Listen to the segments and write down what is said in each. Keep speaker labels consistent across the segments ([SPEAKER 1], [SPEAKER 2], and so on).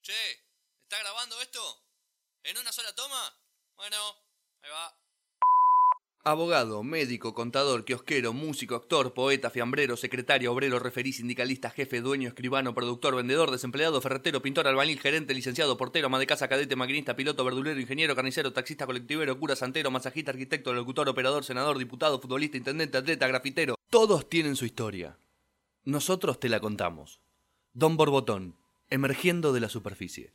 [SPEAKER 1] Che, ¿está grabando esto? ¿En una sola toma? Bueno, ahí va.
[SPEAKER 2] Abogado, médico, contador, kiosquero, músico, actor, poeta, fiambrero, secretario, obrero, referí, sindicalista, jefe, dueño, escribano, productor, vendedor, desempleado, ferretero, pintor, albañil, gerente, licenciado, portero, ama de casa, cadete, maquinista, piloto, verdulero, ingeniero, carnicero, taxista, colectivero, cura, santero, masajista, arquitecto, locutor, operador, senador, diputado, futbolista, intendente, atleta, grafitero. Todos tienen su historia. Nosotros te la contamos. Don Borbotón, emergiendo de la superficie.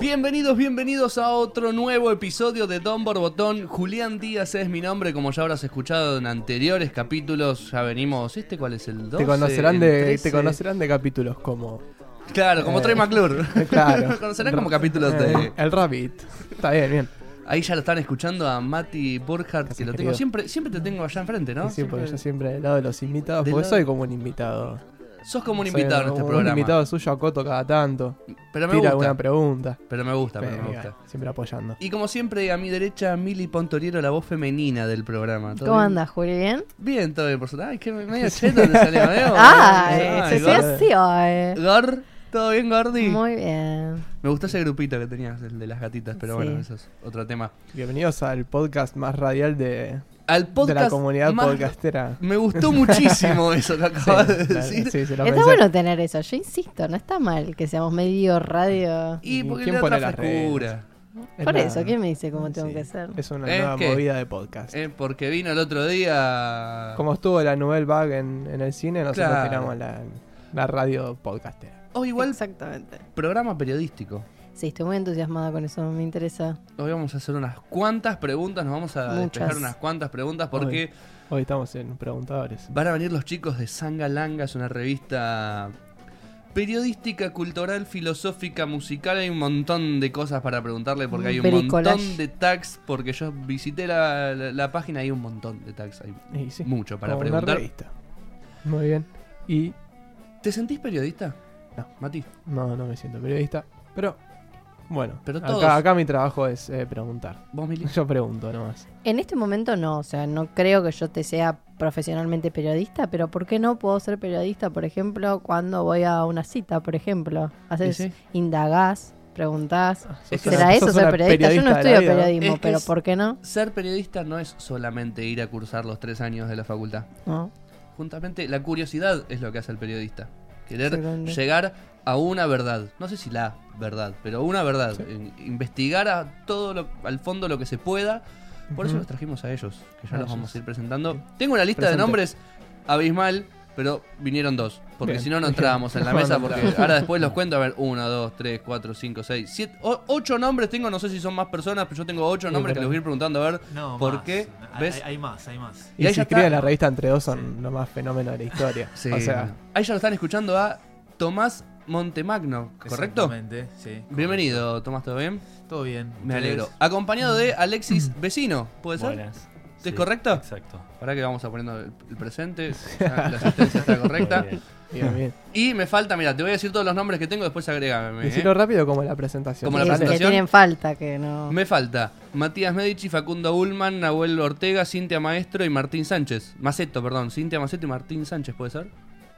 [SPEAKER 2] Bienvenidos, bienvenidos a otro nuevo episodio de Don Borbotón. Julián Díaz es mi nombre, como ya habrás escuchado en anteriores capítulos. Ya venimos. ¿Este cuál es el 12?
[SPEAKER 3] Te conocerán,
[SPEAKER 2] Eh, ¿El
[SPEAKER 3] de, te
[SPEAKER 2] 13?
[SPEAKER 3] conocerán de capítulos como.
[SPEAKER 2] Claro, como
[SPEAKER 3] Eh,
[SPEAKER 2] Trey McClure.
[SPEAKER 3] Claro.
[SPEAKER 2] Me conocerán como capítulos
[SPEAKER 3] Eh,
[SPEAKER 2] de.
[SPEAKER 3] El Rabbit. Está bien, bien.
[SPEAKER 2] Ahí ya lo están escuchando a Mati Burkhardt, que
[SPEAKER 3] Casi
[SPEAKER 2] lo tengo.
[SPEAKER 3] querido.
[SPEAKER 2] Siempre, siempre te tengo allá enfrente, ¿no?
[SPEAKER 3] Sí, sí, porque yo siempre del lado de los invitados,
[SPEAKER 2] Ah, Del
[SPEAKER 3] porque
[SPEAKER 2] lado-
[SPEAKER 3] soy como un invitado.
[SPEAKER 2] Sos como un
[SPEAKER 3] Soy
[SPEAKER 2] invitado en
[SPEAKER 3] como
[SPEAKER 2] este
[SPEAKER 3] un
[SPEAKER 2] programa.
[SPEAKER 3] invitado suyo a Coto cada tanto.
[SPEAKER 2] Pero me
[SPEAKER 3] Tira
[SPEAKER 2] gusta.
[SPEAKER 3] alguna pregunta.
[SPEAKER 2] Pero me gusta, pero me
[SPEAKER 3] Venga,
[SPEAKER 2] gusta.
[SPEAKER 3] Siempre apoyando.
[SPEAKER 2] Y como siempre, a mi derecha, Mili Pontoriero, la voz femenina del programa. ¿Todo
[SPEAKER 4] ¿Cómo
[SPEAKER 2] bien?
[SPEAKER 4] andas, Juli? ¿Bien?
[SPEAKER 2] Bien, todo bien, por suerte. Ay, qué medio cheto te salió, ¿eh?
[SPEAKER 4] ¡Ay!
[SPEAKER 2] Ay,
[SPEAKER 4] se
[SPEAKER 3] igual.
[SPEAKER 4] soy
[SPEAKER 2] Gor,
[SPEAKER 4] así hoy.
[SPEAKER 2] Gor, ¿todo bien, Gordi?
[SPEAKER 4] Muy bien.
[SPEAKER 2] Me gustó ese grupito que tenías, el de las gatitas, pero
[SPEAKER 4] Sí.
[SPEAKER 2] bueno, eso es otro tema.
[SPEAKER 3] Bienvenidos al podcast más radial de,
[SPEAKER 2] Al
[SPEAKER 3] de
[SPEAKER 2] podcast.
[SPEAKER 3] la comunidad
[SPEAKER 2] más-
[SPEAKER 3] podcastera.
[SPEAKER 2] Me gustó muchísimo eso que acabas de
[SPEAKER 3] la-
[SPEAKER 2] decir.
[SPEAKER 3] sí, se lo
[SPEAKER 4] Está
[SPEAKER 3] pensé.
[SPEAKER 4] bueno tener eso, yo insisto, no está mal que seamos medio radio.
[SPEAKER 2] Y porque
[SPEAKER 3] ¿Quién
[SPEAKER 2] le da
[SPEAKER 3] pone
[SPEAKER 2] otra
[SPEAKER 3] las redes?
[SPEAKER 2] frescura.
[SPEAKER 3] Es
[SPEAKER 4] Por
[SPEAKER 3] la-
[SPEAKER 4] eso, ¿quién me dice cómo tengo
[SPEAKER 3] sí,
[SPEAKER 4] que ser?
[SPEAKER 3] Es una
[SPEAKER 2] ¿Eh?
[SPEAKER 3] nueva
[SPEAKER 2] ¿Qué?
[SPEAKER 3] movida de podcast.
[SPEAKER 2] Eh, porque vino el otro día.
[SPEAKER 3] Como estuvo la Nouvelle Vague en, en el cine, nosotros
[SPEAKER 2] Claro.
[SPEAKER 3] tiramos la, la radio podcastera.
[SPEAKER 2] Oh, igual
[SPEAKER 4] Exactamente.
[SPEAKER 2] programa periodístico.
[SPEAKER 4] Sí, estoy muy entusiasmada con eso, me interesa.
[SPEAKER 2] Hoy vamos a hacer unas cuantas preguntas, nos vamos a despejar
[SPEAKER 4] Muchas.
[SPEAKER 2] unas cuantas preguntas porque
[SPEAKER 3] Hoy estamos en Preguntadores.
[SPEAKER 2] van a venir los chicos de Sanga Langa, es una revista periodística, cultural, filosófica, musical. Hay un montón de cosas para preguntarle porque hay un
[SPEAKER 4] Bricolage.
[SPEAKER 2] montón de tags. Porque yo visité la, la- la página y hay un montón de tags. Hay
[SPEAKER 3] Y sí,
[SPEAKER 2] mucho para
[SPEAKER 3] como una
[SPEAKER 2] preguntar.
[SPEAKER 3] revista. Muy bien. Y
[SPEAKER 2] ¿Te sentís periodista?
[SPEAKER 3] No.
[SPEAKER 2] Mati.
[SPEAKER 3] no, no me siento periodista, pero bueno,
[SPEAKER 2] Pero todos-
[SPEAKER 3] acá, acá mi trabajo es eh, preguntar.
[SPEAKER 2] ¿Vos, Mili?
[SPEAKER 3] Yo pregunto nomás.
[SPEAKER 4] En este momento no, o sea, no creo que yo te sea profesionalmente periodista, pero ¿por qué no puedo ser periodista, por ejemplo, cuando voy a una cita, por ejemplo? Haces,
[SPEAKER 2] sí.
[SPEAKER 4] indagás, preguntás.
[SPEAKER 3] Sos
[SPEAKER 2] que
[SPEAKER 3] una-
[SPEAKER 4] ¿Será eso
[SPEAKER 3] sos
[SPEAKER 4] ser
[SPEAKER 3] una
[SPEAKER 4] periodista? Yo no
[SPEAKER 3] periodista de la
[SPEAKER 4] estudio
[SPEAKER 3] vida.
[SPEAKER 4] periodismo,
[SPEAKER 2] Es que
[SPEAKER 4] pero
[SPEAKER 2] es-
[SPEAKER 4] ¿por qué no?
[SPEAKER 2] Ser periodista no es solamente ir a cursar los tres años de la facultad.
[SPEAKER 4] No.
[SPEAKER 2] Juntamente, la curiosidad es lo que hace el periodista. Querer
[SPEAKER 4] Exactamente.
[SPEAKER 2] llegar a una verdad. No sé si la verdad, pero una verdad. In- Investigar a todo lo- al fondo lo que se pueda. Por
[SPEAKER 3] Ujú.
[SPEAKER 2] eso
[SPEAKER 3] Ah,
[SPEAKER 2] los trajimos a ellos, que ya
[SPEAKER 3] A
[SPEAKER 2] los
[SPEAKER 3] ellos.
[SPEAKER 2] vamos a ir presentando. Tengo una lista de
[SPEAKER 3] Presente.
[SPEAKER 2] nombres abismal, pero vinieron dos. Porque
[SPEAKER 3] Bien.
[SPEAKER 2] si no, no entrábamos en la
[SPEAKER 3] No,
[SPEAKER 2] mesa.
[SPEAKER 3] no,
[SPEAKER 2] Porque
[SPEAKER 3] claro.
[SPEAKER 2] ahora después los cuento. A ver, uno, dos, tres, cuatro, cinco, seis, siete. o- ocho nombres tengo. No sé si son más personas, pero yo tengo ocho
[SPEAKER 3] Sí,
[SPEAKER 2] nombres que
[SPEAKER 3] pero-
[SPEAKER 2] les voy a ir preguntando. A ver,
[SPEAKER 5] No,
[SPEAKER 2] ¿por
[SPEAKER 5] más.
[SPEAKER 2] qué?
[SPEAKER 5] Hay,
[SPEAKER 2] ¿Ves?
[SPEAKER 5] hay- hay más, hay más.
[SPEAKER 2] Y
[SPEAKER 3] Y,
[SPEAKER 2] ahí
[SPEAKER 3] si
[SPEAKER 2] ya está.
[SPEAKER 3] escriben la revista entre dos son los más fenómenos de la historia.
[SPEAKER 2] Sí.
[SPEAKER 3] O sea,
[SPEAKER 2] Ahí ya lo están escuchando a Tomás Montemagno, ¿correcto?
[SPEAKER 5] Exactamente, sí.
[SPEAKER 2] Bienvenido, Tomás, ¿todo bien?
[SPEAKER 5] Todo bien.
[SPEAKER 2] Me
[SPEAKER 5] ¿Ustedes?
[SPEAKER 2] alegro. Acompañado de Alexis
[SPEAKER 6] Mm.
[SPEAKER 2] Vecino, ¿puede ser?
[SPEAKER 6] Buenas.
[SPEAKER 2] ¿Es correcto?
[SPEAKER 6] Exacto.
[SPEAKER 2] Ahora que vamos a poniendo el, el presente, ya la asistencia está correcta.
[SPEAKER 6] Muy bien.
[SPEAKER 3] bien, bien.
[SPEAKER 2] Y me falta, mira, te voy a decir todos los nombres que tengo, después agrégame. ¿eh?
[SPEAKER 3] Decirlo rápido como la presentación.
[SPEAKER 2] Como la
[SPEAKER 4] Sí,
[SPEAKER 3] Dale.
[SPEAKER 4] que
[SPEAKER 2] presentación.
[SPEAKER 4] tienen falta, que no.
[SPEAKER 2] Me falta Matías Medici, Facundo Ullman, Nahuel Ortega, Cintia Maestro y Martín Sánchez. Maceto, perdón, Cintia Maceto y Martín Sánchez, ¿puede ser?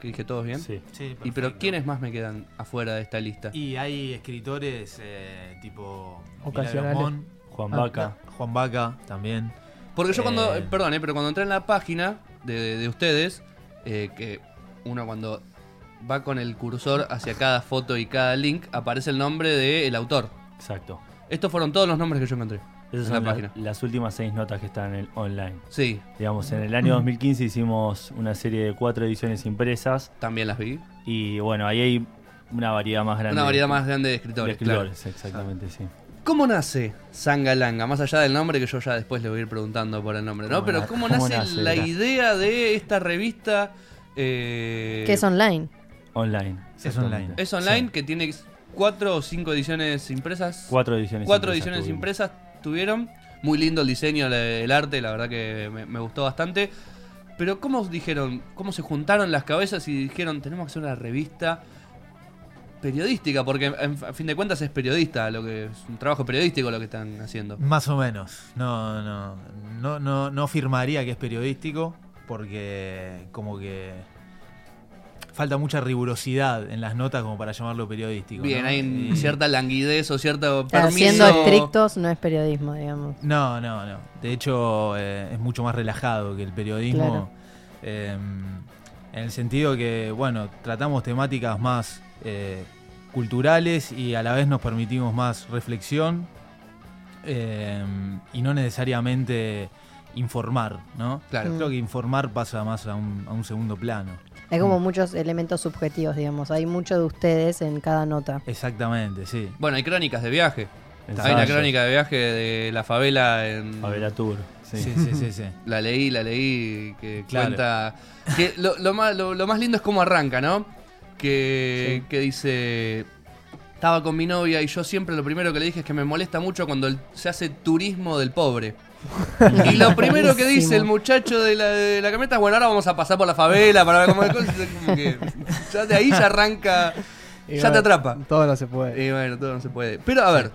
[SPEAKER 2] Que dije todos bien.
[SPEAKER 6] Sí.
[SPEAKER 5] Sí,
[SPEAKER 2] ¿Y pero
[SPEAKER 5] perfecto.
[SPEAKER 2] quiénes más me quedan afuera de esta lista?
[SPEAKER 5] Y hay escritores eh, tipo.
[SPEAKER 3] Ocasionales.
[SPEAKER 5] Milagros
[SPEAKER 6] Juan
[SPEAKER 3] Ah,
[SPEAKER 6] Vaca.
[SPEAKER 5] Mon, Juan Vaca también.
[SPEAKER 2] Porque yo cuando,
[SPEAKER 5] Eh.
[SPEAKER 2] perdón, eh, pero cuando entré en la página de, de- de ustedes, eh, que uno cuando va con el cursor hacia cada foto y cada link, aparece el nombre del autor.
[SPEAKER 6] Exacto.
[SPEAKER 2] Estos fueron todos los nombres que yo encontré.
[SPEAKER 6] Esas
[SPEAKER 2] En la
[SPEAKER 6] son la-
[SPEAKER 2] página.
[SPEAKER 6] las últimas seis notas que están en el online.
[SPEAKER 2] Sí,
[SPEAKER 6] Digamos, en el año 2015 hicimos una serie de cuatro ediciones impresas
[SPEAKER 2] también las vi.
[SPEAKER 6] y bueno, ahí hay una variedad más grande.
[SPEAKER 2] Una variedad
[SPEAKER 6] de-
[SPEAKER 2] más grande de
[SPEAKER 6] de
[SPEAKER 2] escritores. claro.
[SPEAKER 6] escritores, exactamente, sí.
[SPEAKER 2] ¿Cómo nace Sangalanga? Más allá del nombre, que yo ya después le voy a ir preguntando por el nombre, ¿no?
[SPEAKER 6] ¿Cómo
[SPEAKER 2] Pero
[SPEAKER 6] na-
[SPEAKER 2] ¿cómo nace,
[SPEAKER 6] cómo nace?
[SPEAKER 2] la
[SPEAKER 6] Mirá.
[SPEAKER 2] idea de esta revista? eh,
[SPEAKER 4] que es online.
[SPEAKER 6] Online.
[SPEAKER 5] Es
[SPEAKER 6] exactamente.
[SPEAKER 5] online.
[SPEAKER 2] Es online,
[SPEAKER 6] Sí.
[SPEAKER 2] que tiene cuatro o cinco ediciones impresas.
[SPEAKER 6] Cuatro ediciones
[SPEAKER 2] Cuatro
[SPEAKER 6] impresas
[SPEAKER 2] ediciones
[SPEAKER 6] tuvimos.
[SPEAKER 2] impresas tuvieron. Muy lindo el diseño, la- el arte, la verdad que me, me gustó bastante. Pero ¿cómo dijeron, cómo se juntaron las cabezas y dijeron, tenemos que hacer una revista periodística, porque en- a fin de cuentas es periodista, lo que es un trabajo periodístico lo que están haciendo.
[SPEAKER 5] Más o menos. No, no, no, no, no firmaría que es periodístico porque como que falta mucha rigurosidad en las notas como para llamarlo periodístico.
[SPEAKER 2] Bien,
[SPEAKER 5] ¿no?
[SPEAKER 2] hay
[SPEAKER 5] Y-
[SPEAKER 2] cierta languidez o cierto
[SPEAKER 4] O sea,
[SPEAKER 2] permiso.
[SPEAKER 4] siendo estrictos no es periodismo, digamos.
[SPEAKER 5] No, no, no. De hecho, eh, es mucho más relajado que el periodismo.
[SPEAKER 4] Claro.
[SPEAKER 5] eh, en el sentido que, bueno, tratamos temáticas más eh, culturales y a la vez nos permitimos más reflexión eh, y no necesariamente informar, ¿no?
[SPEAKER 2] Claro.
[SPEAKER 5] Creo que informar pasa más a un, a un segundo plano.
[SPEAKER 4] Hay
[SPEAKER 2] Mm.
[SPEAKER 4] como muchos elementos subjetivos, digamos. Hay mucho de ustedes en cada nota.
[SPEAKER 5] Exactamente, sí.
[SPEAKER 2] Bueno, hay crónicas de viaje. Hay
[SPEAKER 6] Ensayo.
[SPEAKER 2] una crónica de viaje de la favela en...
[SPEAKER 6] Favela Tour. Sí.
[SPEAKER 5] Sí, sí, sí, sí.
[SPEAKER 2] La leí, la leí, que
[SPEAKER 5] Claro.
[SPEAKER 2] cuenta... Que lo, lo más, lo, lo más lindo es cómo arranca, ¿no? Que, que dice... Estaba con mi novia y yo siempre lo primero que le dije es que me molesta mucho cuando el- se hace turismo del pobre. Y lo primero que dice el muchacho de la, de la camioneta es, bueno, ahora vamos a pasar por la favela para ver cómo es como que Ya de ahí ya arranca,
[SPEAKER 3] Y
[SPEAKER 2] ya te
[SPEAKER 3] bueno,
[SPEAKER 2] atrapa. Eh,
[SPEAKER 3] Todo no se puede.
[SPEAKER 2] Y bueno, todo no se puede. Pero a ver,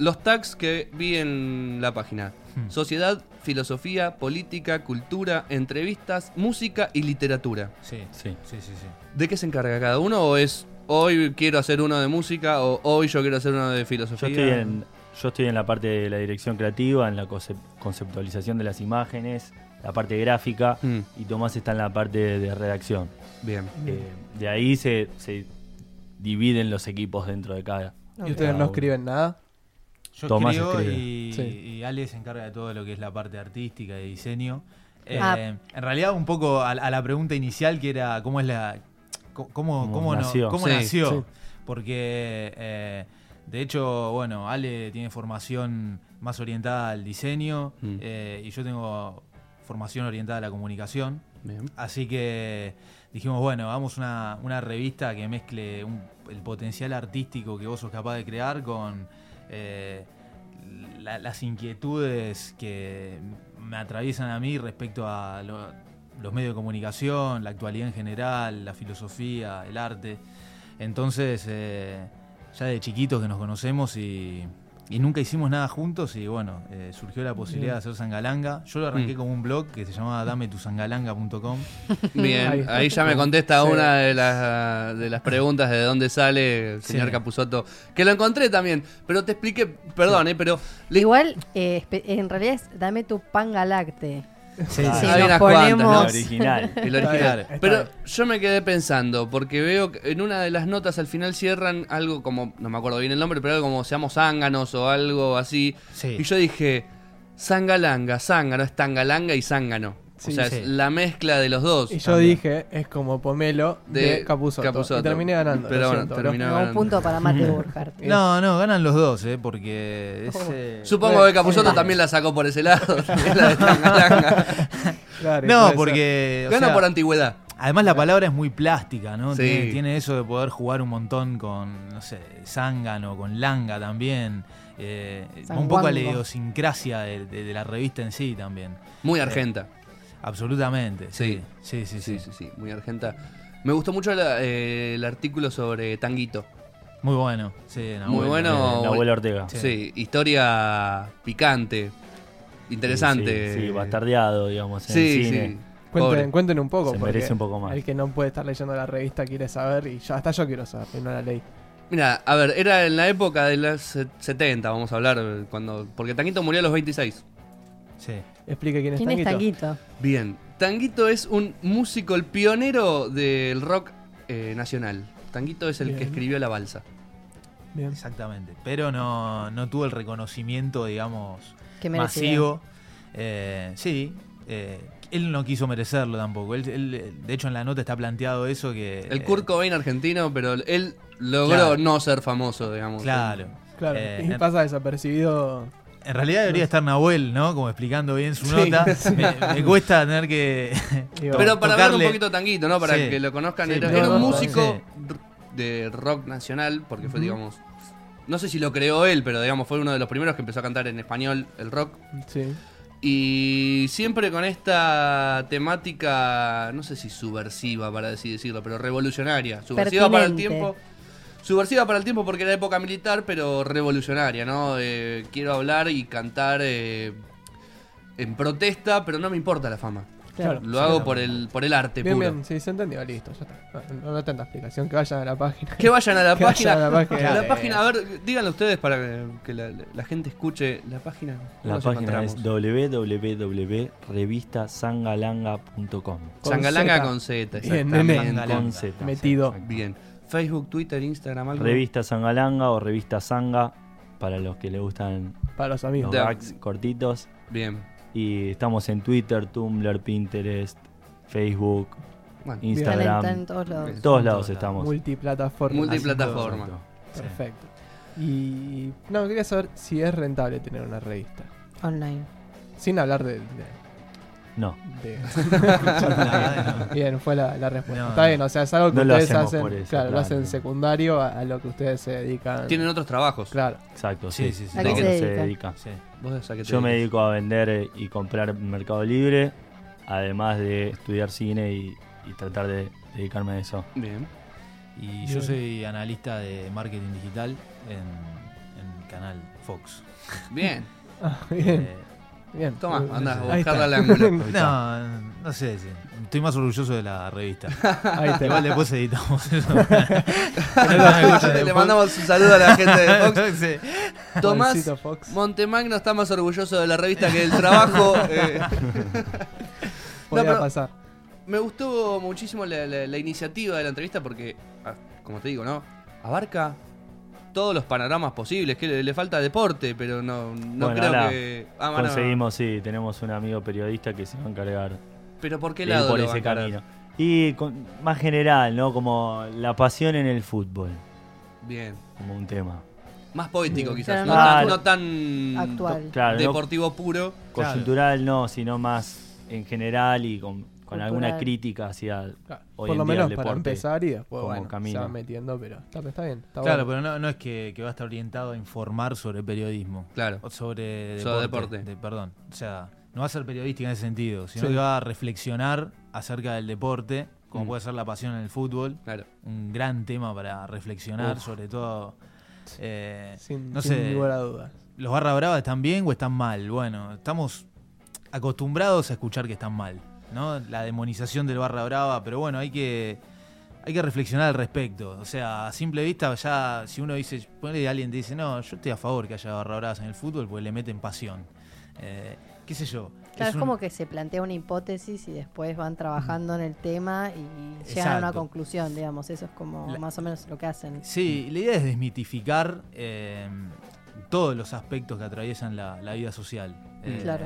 [SPEAKER 2] los tags que vi en la página. Sociedad, filosofía, política, cultura, entrevistas, música y literatura.
[SPEAKER 5] Sí,
[SPEAKER 6] Sí.
[SPEAKER 5] sí, sí, sí.
[SPEAKER 2] ¿De qué se encarga cada uno? ¿O es hoy quiero hacer uno de música o hoy yo quiero hacer uno de
[SPEAKER 6] Yo
[SPEAKER 2] filosofía?
[SPEAKER 6] estoy, en, yo estoy en la parte de la dirección creativa, en la conce- conceptualización de las imágenes, la parte gráfica,
[SPEAKER 2] Mm.
[SPEAKER 6] y Tomás está en la parte de redacción.
[SPEAKER 2] Bien.
[SPEAKER 6] Eh, de ahí se, se dividen los equipos dentro de cada.
[SPEAKER 3] ¿Y ustedes no escriben nada?
[SPEAKER 5] Yo
[SPEAKER 6] Tomás
[SPEAKER 5] escribo
[SPEAKER 6] escribe.
[SPEAKER 5] Y,
[SPEAKER 3] Sí.
[SPEAKER 5] y Ale se encarga de todo lo que es la parte artística y diseño. Eh,
[SPEAKER 4] Ah.
[SPEAKER 5] En realidad, un poco a, a la pregunta inicial que era cómo es la. co- cómo,
[SPEAKER 6] ¿Cómo
[SPEAKER 5] cómo no-
[SPEAKER 6] nació?
[SPEAKER 5] cómo
[SPEAKER 2] Sí,
[SPEAKER 5] nació.
[SPEAKER 3] sí.
[SPEAKER 5] Porque eh, de hecho, bueno, Ale tiene formación más orientada al diseño
[SPEAKER 2] Mm.
[SPEAKER 5] eh, y yo tengo formación orientada a la comunicación.
[SPEAKER 2] Bien.
[SPEAKER 5] Así que dijimos, bueno, hagamos una, una revista que mezcle un- el potencial artístico que vos sos capaz de crear con eh, la- las inquietudes que me atraviesan a mí respecto a lo- los medios de comunicación, la actualidad en general, la filosofía, el arte. Entonces, eh, ya de chiquitos que nos conocemos y, y nunca hicimos nada juntos y bueno, eh, surgió la posibilidad de hacer Zangalanga. Yo lo arranqué
[SPEAKER 2] Mm.
[SPEAKER 5] como un blog que se llamaba dametuzangalanga.com.
[SPEAKER 3] Ahí
[SPEAKER 2] Bien,
[SPEAKER 3] está.
[SPEAKER 2] ahí ya me contesta
[SPEAKER 3] Sí.
[SPEAKER 2] una de las, de las preguntas de dónde sale el señor
[SPEAKER 5] Sí.
[SPEAKER 2] Capusotto, que lo encontré también, pero te expliqué, perdón, eh, pero le-
[SPEAKER 4] Igual, eh, espe- en realidad es dame tu pan galacte.
[SPEAKER 5] Sí,
[SPEAKER 6] Ah,
[SPEAKER 4] Si
[SPEAKER 2] hay
[SPEAKER 4] nos
[SPEAKER 2] unas cuantas, ¿no?
[SPEAKER 6] La
[SPEAKER 4] ponemos.
[SPEAKER 6] original. Eh,
[SPEAKER 2] El
[SPEAKER 3] Está
[SPEAKER 2] original.
[SPEAKER 3] bien, está
[SPEAKER 2] Pero
[SPEAKER 3] bien.
[SPEAKER 2] yo me quedé pensando, porque veo que en una de las notas al final cierran algo como, no me acuerdo bien el nombre, pero algo como seamos zánganos o algo así.
[SPEAKER 5] Sí.
[SPEAKER 2] Y yo dije, zangalanga, zángano, es tangalanga y zángano.
[SPEAKER 3] Sí,
[SPEAKER 2] o sea,
[SPEAKER 5] sí.
[SPEAKER 2] es la mezcla de los dos.
[SPEAKER 3] Y yo dije, es como Pomelo de,
[SPEAKER 2] Ah, De
[SPEAKER 3] Capuzotto.
[SPEAKER 2] Capusotto.
[SPEAKER 3] Y terminé ganando.
[SPEAKER 2] Pero
[SPEAKER 3] lo
[SPEAKER 2] bueno,
[SPEAKER 3] siento, bro.
[SPEAKER 2] terminó.
[SPEAKER 4] No, un punto para Mate Burkhardt.
[SPEAKER 5] No, no, ganan los dos, eh,
[SPEAKER 2] Oh.
[SPEAKER 5] porque es, eh,
[SPEAKER 2] Supongo que Capuzotto también la sacó por ese lado, es la de tangalanga.
[SPEAKER 3] Claro, puede
[SPEAKER 5] No,
[SPEAKER 3] ser.
[SPEAKER 5] porque. o
[SPEAKER 2] Gana
[SPEAKER 5] sea,
[SPEAKER 2] por antigüedad.
[SPEAKER 5] Además la palabra es muy plástica, ¿no?
[SPEAKER 2] Sí.
[SPEAKER 5] Tiene, tiene eso de poder jugar un montón con, no sé, zángano, con langa también. Eh, va un poco a la
[SPEAKER 4] Zanguango.
[SPEAKER 5] idiosincrasia de, de- de la revista en sí también.
[SPEAKER 2] Muy argenta.
[SPEAKER 5] Absolutamente. Sí, sí, sí,
[SPEAKER 2] Sí,
[SPEAKER 5] sí.
[SPEAKER 2] sí, sí, muy argenta. Me gustó mucho la- eh, el artículo sobre Tanguito.
[SPEAKER 5] Muy bueno. Sí, Nahuel.
[SPEAKER 2] Muy bueno.
[SPEAKER 6] La abuela Ortega.
[SPEAKER 5] Sí.
[SPEAKER 2] Sí, historia picante, interesante.
[SPEAKER 6] Sí, sí, bastardeado, digamos, en
[SPEAKER 2] Sí,
[SPEAKER 6] el cine.
[SPEAKER 2] sí.
[SPEAKER 3] Cuenten,
[SPEAKER 2] Pobre.
[SPEAKER 3] cuenten un poco.
[SPEAKER 6] Se
[SPEAKER 3] porque
[SPEAKER 6] merece un poco más.
[SPEAKER 3] El que no puede estar leyendo la revista quiere saber y ya hasta yo quiero saber, pero no la ley.
[SPEAKER 2] Mira, a ver, era en la época de los se- 70, vamos a hablar, cuando porque Tanguito murió a los 26.
[SPEAKER 5] Sí.
[SPEAKER 3] Explique quién es
[SPEAKER 4] ¿Quién es
[SPEAKER 3] Tanguito.
[SPEAKER 4] Tanguito?
[SPEAKER 2] Bien, Tanguito es un músico, el pionero del rock eh, nacional. Tanguito es el que
[SPEAKER 3] Bien.
[SPEAKER 2] escribió La Balsa.
[SPEAKER 3] Bien.
[SPEAKER 5] Exactamente. Pero no, no tuvo el reconocimiento, digamos,
[SPEAKER 4] Que merecía.
[SPEAKER 5] masivo. Eh, sí. eh, él no quiso merecerlo tampoco. Él, él- de hecho, en la nota está planteado eso que.
[SPEAKER 2] El
[SPEAKER 5] eh,
[SPEAKER 2] Kurt Cobain argentino, pero él logró
[SPEAKER 5] Claro.
[SPEAKER 2] no ser famoso, digamos.
[SPEAKER 5] Claro.
[SPEAKER 3] Claro,
[SPEAKER 5] Eh,
[SPEAKER 3] y pasa desapercibido.
[SPEAKER 5] En realidad debería estar Nahuel, ¿no? Como explicando bien su
[SPEAKER 3] Sí.
[SPEAKER 5] nota. Me, me cuesta tener que.
[SPEAKER 3] Digo,
[SPEAKER 2] Pero para hablar un
[SPEAKER 5] Tocarle-
[SPEAKER 2] poquito de Tanguito, ¿no? Para
[SPEAKER 5] Sí.
[SPEAKER 2] que lo conozcan,
[SPEAKER 5] Sí,
[SPEAKER 2] era,
[SPEAKER 5] pero
[SPEAKER 2] era un
[SPEAKER 3] no,
[SPEAKER 2] músico
[SPEAKER 5] sí.
[SPEAKER 2] de rock nacional, porque fue, digamos, no sé si lo creó él, pero digamos, fue uno de los primeros que empezó a cantar en español el rock.
[SPEAKER 3] Sí.
[SPEAKER 2] Y siempre con esta temática, no sé si subversiva, para así decirlo, pero revolucionaria. Subversiva para el
[SPEAKER 4] Pertinente.
[SPEAKER 2] tiempo. Subversiva para el tiempo porque era época militar, pero revolucionaria, ¿no? Eh, quiero hablar y cantar eh, en protesta, pero no me importa la fama.
[SPEAKER 3] Claro.
[SPEAKER 2] Lo hago por el, por el arte
[SPEAKER 3] Bien,
[SPEAKER 2] puro.
[SPEAKER 3] bien, sí, se entendió, listo, ya está. No, no, no tanta explicación, que vayan a la página.
[SPEAKER 2] Que vayan a la
[SPEAKER 3] Que
[SPEAKER 2] página.
[SPEAKER 3] vayan a la página. Eh.
[SPEAKER 2] La página, a ver, díganlo ustedes para que, que la, la gente escuche la página. ¿Cómo
[SPEAKER 6] La
[SPEAKER 2] nos
[SPEAKER 6] página es
[SPEAKER 2] encontramos?
[SPEAKER 6] www.revistasangalanga.com.
[SPEAKER 3] Con
[SPEAKER 2] Sangalanga
[SPEAKER 3] Z.
[SPEAKER 2] con Z,
[SPEAKER 3] Bien,
[SPEAKER 2] exactamente.
[SPEAKER 3] nene.
[SPEAKER 6] Con Z.
[SPEAKER 3] Metido.
[SPEAKER 2] Bien. Facebook, Twitter, Instagram, algo.
[SPEAKER 6] Revista Sangalanga o Revista Sanga, para los que le gustan
[SPEAKER 3] Para los amigos.
[SPEAKER 6] los
[SPEAKER 2] De-
[SPEAKER 6] gags cortitos.
[SPEAKER 2] Bien.
[SPEAKER 6] Y estamos en Twitter, Tumblr, Pinterest, Facebook,
[SPEAKER 2] Bueno,
[SPEAKER 4] Están en- están
[SPEAKER 6] Instagram.
[SPEAKER 4] en todos lados.
[SPEAKER 6] En todos lados estamos.
[SPEAKER 3] Multiplataforma.
[SPEAKER 2] multiplataforma.
[SPEAKER 3] Perfecto. Y. No, quería saber si es rentable tener una revista.
[SPEAKER 2] Pues.
[SPEAKER 4] Online.
[SPEAKER 3] Sin hablar de. de-
[SPEAKER 6] No,
[SPEAKER 3] de-
[SPEAKER 5] Ah,
[SPEAKER 3] Bien, fue la, la respuesta.
[SPEAKER 5] No,
[SPEAKER 3] Está bien, o sea, es algo que
[SPEAKER 6] no lo
[SPEAKER 3] ustedes
[SPEAKER 6] hacemos
[SPEAKER 3] hacen.
[SPEAKER 6] por eso,
[SPEAKER 3] claro, lo
[SPEAKER 6] claro.
[SPEAKER 3] hacen secundario a, a lo que ustedes se dedican.
[SPEAKER 2] Tienen otros trabajos.
[SPEAKER 3] Claro.
[SPEAKER 6] exacto.
[SPEAKER 5] Sí,
[SPEAKER 6] Sí,
[SPEAKER 5] sí, sí.
[SPEAKER 4] ¿A
[SPEAKER 6] No,
[SPEAKER 4] qué se
[SPEAKER 6] no
[SPEAKER 4] dedica?
[SPEAKER 5] sí.
[SPEAKER 2] ¿Vos a qué te
[SPEAKER 6] Yo me
[SPEAKER 2] dedicas?
[SPEAKER 6] dedico a vender eh, y comprar en Mercado Libre, además de estudiar cine y, y tratar de dedicarme a eso.
[SPEAKER 2] Bien.
[SPEAKER 5] Y yo
[SPEAKER 3] Bien.
[SPEAKER 5] soy analista de marketing digital en, en canal Fox.
[SPEAKER 2] Bien.
[SPEAKER 3] Ah, bien,
[SPEAKER 5] Eh,
[SPEAKER 3] bien.
[SPEAKER 2] Toma,
[SPEAKER 3] Eh,
[SPEAKER 2] andás a
[SPEAKER 3] ahí
[SPEAKER 2] buscarla al
[SPEAKER 3] está.
[SPEAKER 2] ángulo.
[SPEAKER 5] no, no sé. sí. Estoy más orgulloso de la revista.
[SPEAKER 3] Ahí está.
[SPEAKER 5] Igual después editamos eso.
[SPEAKER 2] Le mandamos un saludo a la gente de Fox.
[SPEAKER 5] Sí.
[SPEAKER 2] Tomás
[SPEAKER 3] Juancito Fox.
[SPEAKER 2] Montemagno está más orgulloso de la revista que del trabajo. eh.
[SPEAKER 3] Podría
[SPEAKER 2] pero-
[SPEAKER 3] pasar.
[SPEAKER 2] Me gustó muchísimo la, la- la iniciativa de la entrevista porque, ah, como te digo, ¿no? Abarca todos los panoramas posibles. Que le, le falta deporte, pero no, no
[SPEAKER 6] Bueno,
[SPEAKER 2] creo
[SPEAKER 6] ahora
[SPEAKER 2] que. Ah, bueno,
[SPEAKER 6] Conseguimos, sí, tenemos un amigo periodista que se va a encargar
[SPEAKER 2] Pero ¿por qué
[SPEAKER 6] de ir
[SPEAKER 2] lado
[SPEAKER 6] por
[SPEAKER 2] lo
[SPEAKER 6] ese
[SPEAKER 2] van a encarar?
[SPEAKER 6] camino. Y con- más general, ¿no? Como la pasión en el fútbol,
[SPEAKER 2] Bien.
[SPEAKER 6] como un tema.
[SPEAKER 2] Más poético, quizás.
[SPEAKER 4] Pero
[SPEAKER 2] No,
[SPEAKER 6] no
[SPEAKER 2] tan, no
[SPEAKER 6] tan-
[SPEAKER 2] tan
[SPEAKER 4] actual.
[SPEAKER 6] Claro, no
[SPEAKER 2] deportivo puro.
[SPEAKER 5] Claro.
[SPEAKER 6] coyuntural, no, sino más en general y con, con
[SPEAKER 4] Cultural.
[SPEAKER 6] alguna crítica hacia
[SPEAKER 3] Claro,
[SPEAKER 6] hoy
[SPEAKER 3] Por
[SPEAKER 6] en
[SPEAKER 3] lo
[SPEAKER 6] día
[SPEAKER 3] menos
[SPEAKER 6] el
[SPEAKER 3] para
[SPEAKER 6] deporte
[SPEAKER 3] empezar y después
[SPEAKER 6] como
[SPEAKER 3] bueno, se
[SPEAKER 6] camino.
[SPEAKER 3] va metiendo, pero está, está bien.
[SPEAKER 2] Ah,
[SPEAKER 3] Está
[SPEAKER 5] Claro,
[SPEAKER 3] bueno.
[SPEAKER 5] pero no, no es que, que va a estar orientado a informar sobre periodismo.
[SPEAKER 2] Claro.
[SPEAKER 5] O sobre deporte.
[SPEAKER 2] Sobre deporte.
[SPEAKER 5] de- perdón. O sea, no va a ser periodística en ese sentido, sino
[SPEAKER 3] Sí.
[SPEAKER 5] que va a reflexionar acerca del deporte, como
[SPEAKER 2] Mm.
[SPEAKER 5] puede ser la pasión en el fútbol.
[SPEAKER 2] Claro.
[SPEAKER 5] Un gran tema para reflexionar,
[SPEAKER 2] Uf.
[SPEAKER 5] sobre todo. eh,
[SPEAKER 3] Sin,
[SPEAKER 5] no
[SPEAKER 3] sin
[SPEAKER 5] sé,
[SPEAKER 3] lugar a dudas.
[SPEAKER 5] ¿los barra bravas están bien o están mal? Bueno, estamos acostumbrados a escuchar que están mal, ¿no? La demonización del barra brava, pero bueno, hay que, hay que reflexionar al respecto. O sea, a simple vista, ya si uno dice, ponle a alguien que dice, no, yo estoy a favor que haya barra bravas en el fútbol porque le meten pasión. Eh, ¿Qué sé yo?
[SPEAKER 4] Claro, es,
[SPEAKER 5] un-
[SPEAKER 4] como que se plantea una hipótesis y después van trabajando en el tema y llegan a una
[SPEAKER 5] Exacto.
[SPEAKER 4] conclusión, digamos. Eso es como
[SPEAKER 5] La-
[SPEAKER 4] más o menos lo que hacen.
[SPEAKER 5] Sí, la idea es desmitificar eh, todos los aspectos que atraviesan la, la vida social. Eh,
[SPEAKER 4] Claro.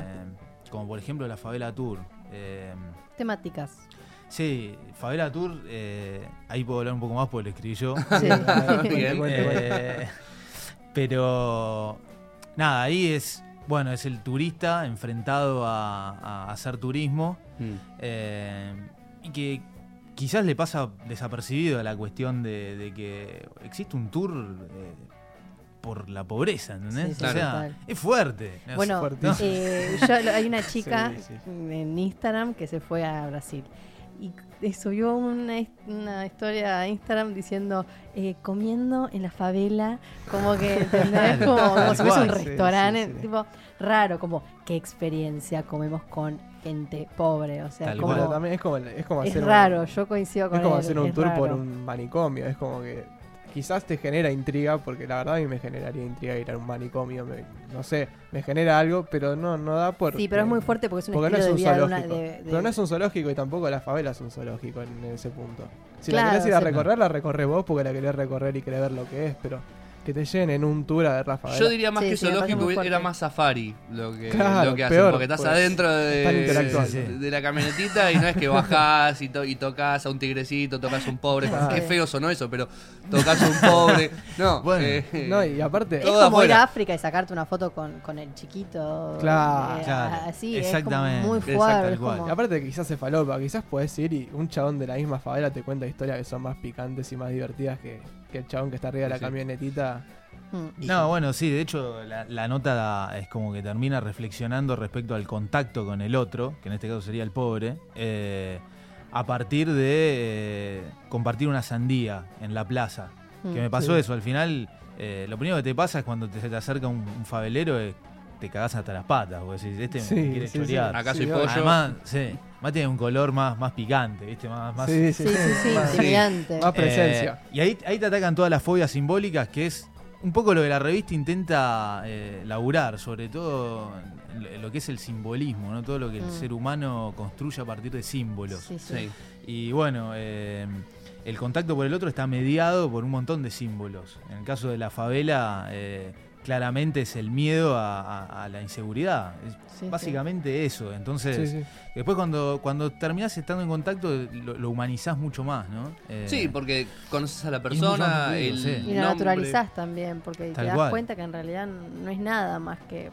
[SPEAKER 5] Como por ejemplo la favela tour. eh,
[SPEAKER 4] Temáticas.
[SPEAKER 5] Sí, Favela Tour, eh, ahí puedo hablar un poco más porque lo escribí yo.
[SPEAKER 4] Sí.
[SPEAKER 3] Cuente,
[SPEAKER 2] Bien.
[SPEAKER 3] cuente.
[SPEAKER 5] Eh, pero nada, ahí es, bueno, es el turista enfrentado a, a hacer turismo
[SPEAKER 2] Mm.
[SPEAKER 5] eh, y que quizás le pasa desapercibido a la cuestión de, de que existe un tour eh, por la pobreza, ¿entendés?
[SPEAKER 4] Sí, sí,
[SPEAKER 5] o sea,
[SPEAKER 4] total.
[SPEAKER 5] es fuerte. ¿no?
[SPEAKER 4] Bueno,
[SPEAKER 3] fuertísimo.
[SPEAKER 4] eh, yo- hay una chica
[SPEAKER 3] Sí, sí.
[SPEAKER 4] en Instagram que se fue a Brasil y eh, subió una, his- una historia a Instagram diciendo eh, comiendo en la favela, como que ¿entendés? como, como si fuese un
[SPEAKER 5] cual,
[SPEAKER 3] sí,
[SPEAKER 4] restaurante,
[SPEAKER 3] sí, sí.
[SPEAKER 4] tipo raro, como qué experiencia comemos con gente pobre, o sea,
[SPEAKER 5] Tal
[SPEAKER 4] como
[SPEAKER 3] Bueno, también es como, es como
[SPEAKER 4] es
[SPEAKER 3] hacer un-
[SPEAKER 4] raro, yo coincido con
[SPEAKER 3] es como
[SPEAKER 4] él,
[SPEAKER 3] hacer un
[SPEAKER 4] es
[SPEAKER 3] tour por
[SPEAKER 4] raro.
[SPEAKER 3] un manicomio. Es como que quizás te genera intriga, porque la verdad a mí me generaría intriga ir a un manicomio. me- no sé, me genera algo, pero no, no da por.
[SPEAKER 4] Sí, pero es muy fuerte porque es un
[SPEAKER 3] Porque no es
[SPEAKER 4] estilo
[SPEAKER 3] un
[SPEAKER 4] de vida de una-
[SPEAKER 3] zoológico.
[SPEAKER 4] de- de-
[SPEAKER 3] Pero no es un zoológico y tampoco la favela es un zoológico en ese punto. Si
[SPEAKER 4] Claro,
[SPEAKER 3] la querés ir a
[SPEAKER 4] sí.
[SPEAKER 3] recorrer, la recorres vos porque la querés recorrer y querés ver lo que es, pero que te lleven en un tour a ver la favela.
[SPEAKER 2] Yo diría más
[SPEAKER 4] Sí,
[SPEAKER 2] que
[SPEAKER 4] sí, me parece
[SPEAKER 2] zoológico,
[SPEAKER 4] muy fuerte.
[SPEAKER 2] era más safari lo que,
[SPEAKER 3] Claro,
[SPEAKER 2] lo que
[SPEAKER 3] peor,
[SPEAKER 2] hacen, porque estás
[SPEAKER 3] pues,
[SPEAKER 2] adentro de,
[SPEAKER 3] están interactuando.
[SPEAKER 2] de- de la camionetita y no es que bajás y, to- y tocas a un tigrecito, tocas a un pobre,
[SPEAKER 3] Claro.
[SPEAKER 2] qué feo sonó eso, pero tocas a un pobre, no,
[SPEAKER 5] Bueno,
[SPEAKER 2] eh,
[SPEAKER 3] No, y aparte.
[SPEAKER 4] Es
[SPEAKER 2] Todo
[SPEAKER 4] como ir
[SPEAKER 2] afuera.
[SPEAKER 4] a África y sacarte una foto con, con el chiquito. eh,
[SPEAKER 3] Claro.
[SPEAKER 5] Claro,
[SPEAKER 4] Así, es
[SPEAKER 5] exactamente.
[SPEAKER 4] como muy
[SPEAKER 5] Exacto,
[SPEAKER 4] fuerte.
[SPEAKER 5] tal
[SPEAKER 4] es como-
[SPEAKER 5] cual.
[SPEAKER 3] Y aparte quizás se falopa, quizás podés ir y un chabón de la misma favela te cuenta historias que son más picantes y más divertidas que, que el chabón que está arriba de la
[SPEAKER 2] Sí.
[SPEAKER 3] camionetita.
[SPEAKER 4] Mm.
[SPEAKER 5] No, bueno, sí, de hecho la, la nota es como que termina reflexionando respecto al contacto con el otro, que en este caso sería el pobre, eh, a partir de eh, compartir una sandía en la plaza.
[SPEAKER 4] mm.
[SPEAKER 3] Mm,
[SPEAKER 5] Que me pasó eso. Al final, eh, lo primero que te pasa es cuando te, se te acerca un, un fabelero, eh, te cagás hasta las patas. Porque decís, este
[SPEAKER 3] Sí,
[SPEAKER 5] me quiere
[SPEAKER 3] sí, sí.
[SPEAKER 5] chorear.
[SPEAKER 2] Acá soy
[SPEAKER 3] Sí,
[SPEAKER 2] pollo.
[SPEAKER 5] Además, sí, más tiene un color más, más picante, ¿viste? Más, más,
[SPEAKER 3] sí,
[SPEAKER 4] Sí, sí, sí,
[SPEAKER 3] Más,
[SPEAKER 2] sí.
[SPEAKER 4] intimidante.
[SPEAKER 3] más presencia.
[SPEAKER 5] Eh, y ahí, ahí te atacan todas las fobias simbólicas, que es un poco lo que la revista intenta eh, laburar, sobre todo en lo- en lo que es el simbolismo, ¿no? Todo lo que el
[SPEAKER 4] Mm.
[SPEAKER 5] ser humano construye a partir de símbolos.
[SPEAKER 4] Sí, sí.
[SPEAKER 2] Sí.
[SPEAKER 5] Y bueno, eh, el contacto por el otro está mediado por un montón de símbolos. En el caso de la favela, eh, claramente es el miedo a, a- a la inseguridad. Es
[SPEAKER 4] Sí,
[SPEAKER 5] básicamente eso. Entonces,
[SPEAKER 3] Sí, sí.
[SPEAKER 5] después cuando, cuando terminás estando en contacto, lo, lo humanizás mucho más, ¿no? Eh,
[SPEAKER 2] Sí, porque conoces a la
[SPEAKER 5] es mucho más
[SPEAKER 2] persona,
[SPEAKER 5] fluido,
[SPEAKER 2] el
[SPEAKER 5] sí.
[SPEAKER 4] Y
[SPEAKER 2] nombre.
[SPEAKER 4] lo naturalizás también, porque te
[SPEAKER 5] Tal
[SPEAKER 4] das
[SPEAKER 5] cual.
[SPEAKER 4] cuenta que en realidad no es nada más que.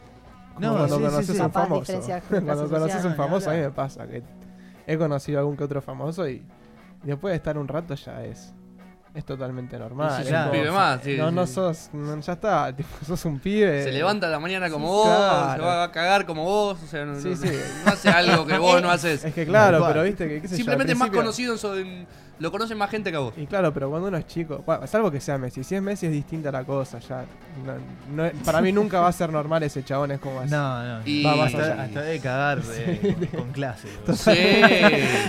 [SPEAKER 5] No,
[SPEAKER 3] Como cuando
[SPEAKER 5] sí, sí,
[SPEAKER 3] conoces
[SPEAKER 5] sí.
[SPEAKER 3] a un
[SPEAKER 4] Capaz
[SPEAKER 3] famoso.
[SPEAKER 4] diferencias con
[SPEAKER 3] Cuando
[SPEAKER 4] clase
[SPEAKER 3] conoces
[SPEAKER 4] social,
[SPEAKER 3] a un
[SPEAKER 4] ni
[SPEAKER 3] famoso, a mí
[SPEAKER 4] hablar.
[SPEAKER 3] me pasa que he conocido algún que otro famoso y después de estar un rato ya es. Es totalmente normal.
[SPEAKER 5] Sí,
[SPEAKER 3] es
[SPEAKER 5] sí, claro.
[SPEAKER 2] Un
[SPEAKER 3] como-
[SPEAKER 2] pibe más, sí,
[SPEAKER 3] no, no
[SPEAKER 2] sí.
[SPEAKER 3] sos. no, ya está, tipo, sos un pibe.
[SPEAKER 2] Se levanta a la mañana como
[SPEAKER 3] Sí,
[SPEAKER 2] vos, se
[SPEAKER 3] claro.
[SPEAKER 2] va a cagar como vos, o sea, no,
[SPEAKER 3] Sí,
[SPEAKER 2] no-
[SPEAKER 3] sí.
[SPEAKER 2] no hace algo que vos no haces.
[SPEAKER 3] Es que claro,
[SPEAKER 5] Tal cual.
[SPEAKER 3] pero viste que. qué sé yo, al
[SPEAKER 2] Simplemente es más
[SPEAKER 3] principio-
[SPEAKER 2] conocido, en so- en- lo conoce más gente que a vos.
[SPEAKER 3] Y claro, pero cuando uno es chico, bueno, salvo que sea Messi, si es Messi es distinta la cosa, ya. no- no- para mí nunca va a ser normal ese chabón, es como así.
[SPEAKER 5] No, no.
[SPEAKER 2] Y-
[SPEAKER 5] Va, va hasta, hasta de cagar eh, con, con clase. boludo.
[SPEAKER 2] Sí,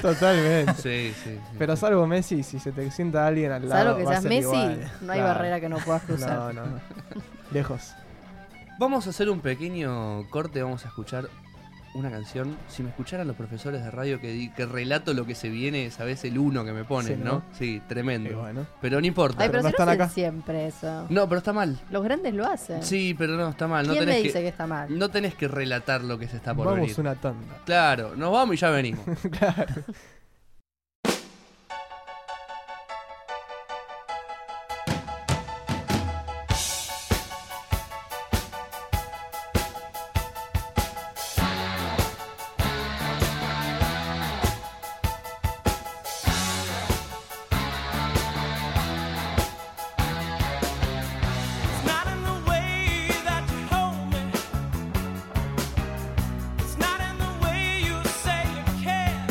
[SPEAKER 3] Totalmente.
[SPEAKER 2] sí, sí. sí.
[SPEAKER 3] Pero salvo Messi, si se te sienta alguien al lado.
[SPEAKER 4] Salvo que
[SPEAKER 3] va a
[SPEAKER 4] seas
[SPEAKER 3] ser
[SPEAKER 4] Messi,
[SPEAKER 3] igual.
[SPEAKER 4] no hay
[SPEAKER 3] Claro.
[SPEAKER 4] barrera que no puedas cruzar.
[SPEAKER 3] No, no, no. Lejos.
[SPEAKER 2] Vamos a hacer un pequeño corte, vamos a escuchar una canción. Si me escucharan los profesores de radio que, di- que relato lo que se viene, sabes el uno que me ponen,
[SPEAKER 3] Sí,
[SPEAKER 2] ¿no?
[SPEAKER 3] ¿no?
[SPEAKER 2] Sí,
[SPEAKER 3] Y
[SPEAKER 2] tremendo.
[SPEAKER 3] bueno.
[SPEAKER 2] Pero no importa.
[SPEAKER 4] Ay, pero,
[SPEAKER 3] Pero no
[SPEAKER 4] se
[SPEAKER 3] están
[SPEAKER 4] lo hacen
[SPEAKER 3] acá.
[SPEAKER 4] siempre eso.
[SPEAKER 2] No, pero está mal.
[SPEAKER 4] Los grandes lo hacen.
[SPEAKER 2] Sí, pero no, está mal. No
[SPEAKER 4] ¿Quién
[SPEAKER 2] tenés
[SPEAKER 4] me dice que...
[SPEAKER 2] que,
[SPEAKER 4] está mal?
[SPEAKER 2] no tenés que relatar lo que se está por
[SPEAKER 3] Vamos
[SPEAKER 2] venir.
[SPEAKER 3] una tanda.
[SPEAKER 2] Claro, nos vamos y ya venimos.
[SPEAKER 3] claro.
[SPEAKER 7] It's not in the way that you hold me. It's not in the way you say you care.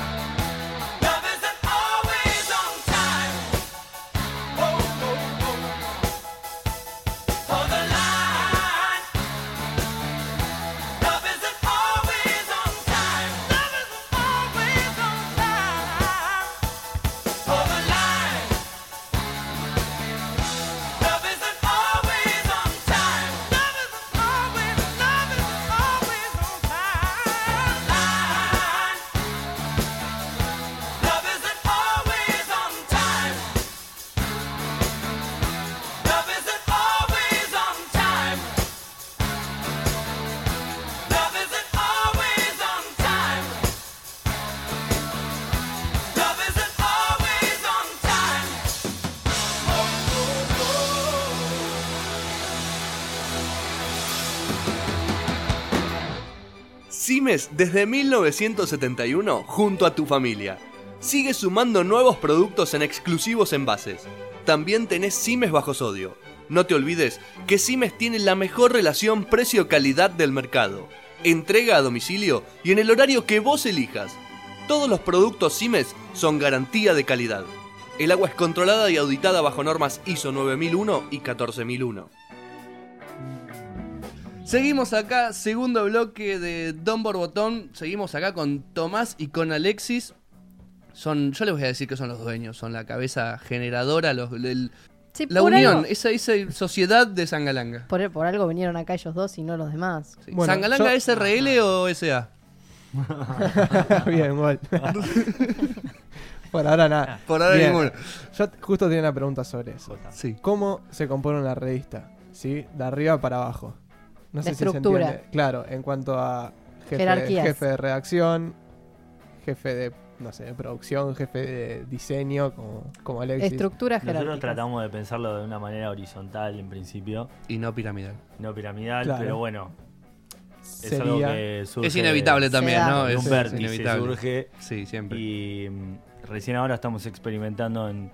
[SPEAKER 7] Oh,
[SPEAKER 2] Simes desde 1971 junto a tu familia. Sigue sumando nuevos productos en exclusivos envases. También tenés Simes bajo sodio. No te olvides que Simes tiene la mejor relación precio-calidad del mercado. Entrega a domicilio y en el horario que vos elijas. Todos los productos Simes son garantía de calidad. El agua es controlada y auditada bajo normas ISO 9001 y 14001. Seguimos acá, segundo bloque de Don Borbotón. Seguimos acá con Tomás y con Alexis. Son, yo les voy a decir que son los dueños, son la cabeza generadora, los, el-
[SPEAKER 4] Sí,
[SPEAKER 2] la
[SPEAKER 4] por
[SPEAKER 2] unión,
[SPEAKER 4] Algo,
[SPEAKER 2] esa, esa sociedad de Sangalanga.
[SPEAKER 4] por, por algo vinieron acá ellos dos y no los demás.
[SPEAKER 2] Sí.
[SPEAKER 3] Bueno,
[SPEAKER 2] ¿Sangalanga
[SPEAKER 3] yo-
[SPEAKER 2] SRL o SA?
[SPEAKER 3] Bien, gol. Por ahora nada.
[SPEAKER 2] Por ahora
[SPEAKER 3] Bien.
[SPEAKER 2] ninguno.
[SPEAKER 3] Yo t- justo tenía una pregunta sobre eso.
[SPEAKER 2] Sí.
[SPEAKER 3] ¿Cómo se compone una revista? ¿Sí? De arriba para abajo. No
[SPEAKER 4] La
[SPEAKER 3] sé si
[SPEAKER 4] estructura.
[SPEAKER 3] se entiende. Claro, en cuanto a jefe,
[SPEAKER 4] Jerarquías.
[SPEAKER 3] jefe de redacción, jefe de, no sé, de producción, jefe de diseño, como, como Alexis.
[SPEAKER 4] Estructuras
[SPEAKER 6] Nosotros
[SPEAKER 4] jerárquicas.
[SPEAKER 6] tratamos de pensarlo de una manera horizontal en principio,
[SPEAKER 2] Y no piramidal.
[SPEAKER 6] no piramidal,
[SPEAKER 3] Claro.
[SPEAKER 6] pero bueno, es
[SPEAKER 3] Sería-
[SPEAKER 6] algo que surge
[SPEAKER 2] es inevitable también,
[SPEAKER 4] da.
[SPEAKER 2] ¿no?
[SPEAKER 6] de
[SPEAKER 2] Es,
[SPEAKER 6] un
[SPEAKER 2] es
[SPEAKER 6] vértice,
[SPEAKER 2] inevitable.
[SPEAKER 6] surge
[SPEAKER 2] Sí, siempre.
[SPEAKER 6] y mm, recién ahora estamos experimentando en,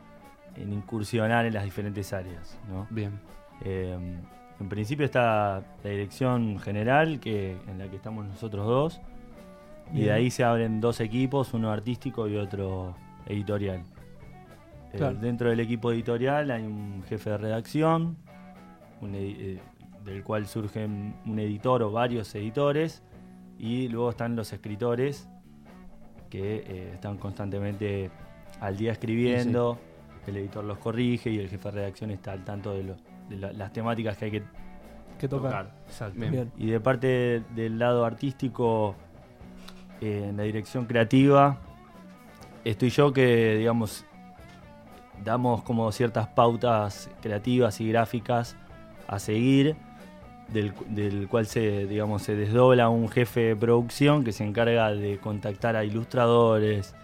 [SPEAKER 6] en incursionar en las diferentes áreas, ¿no?
[SPEAKER 2] Bien.
[SPEAKER 6] Eh, en principio está la dirección general, que, en la que estamos nosotros dos, y de
[SPEAKER 3] Bien.
[SPEAKER 6] ahí se abren dos equipos, uno artístico y otro editorial. Eh,
[SPEAKER 3] Claro.
[SPEAKER 6] dentro del equipo editorial hay un jefe de redacción, un edi- eh, del cual surgen un editor o varios editores, y luego están los escritores, que eh, están constantemente al día escribiendo, el editor los corrige y el jefe de redacción está al tanto de, lo- de la- las temáticas que hay que
[SPEAKER 3] que toca.
[SPEAKER 6] tocar. Exacto.
[SPEAKER 2] Bien.
[SPEAKER 3] Bien.
[SPEAKER 6] Y de parte del lado artístico, eh, en la dirección creativa, estoy yo que, digamos, damos como ciertas pautas creativas y gráficas a seguir, del, cu- del cual se, digamos, se desdobla un jefe de producción que se encarga de contactar a ilustradores,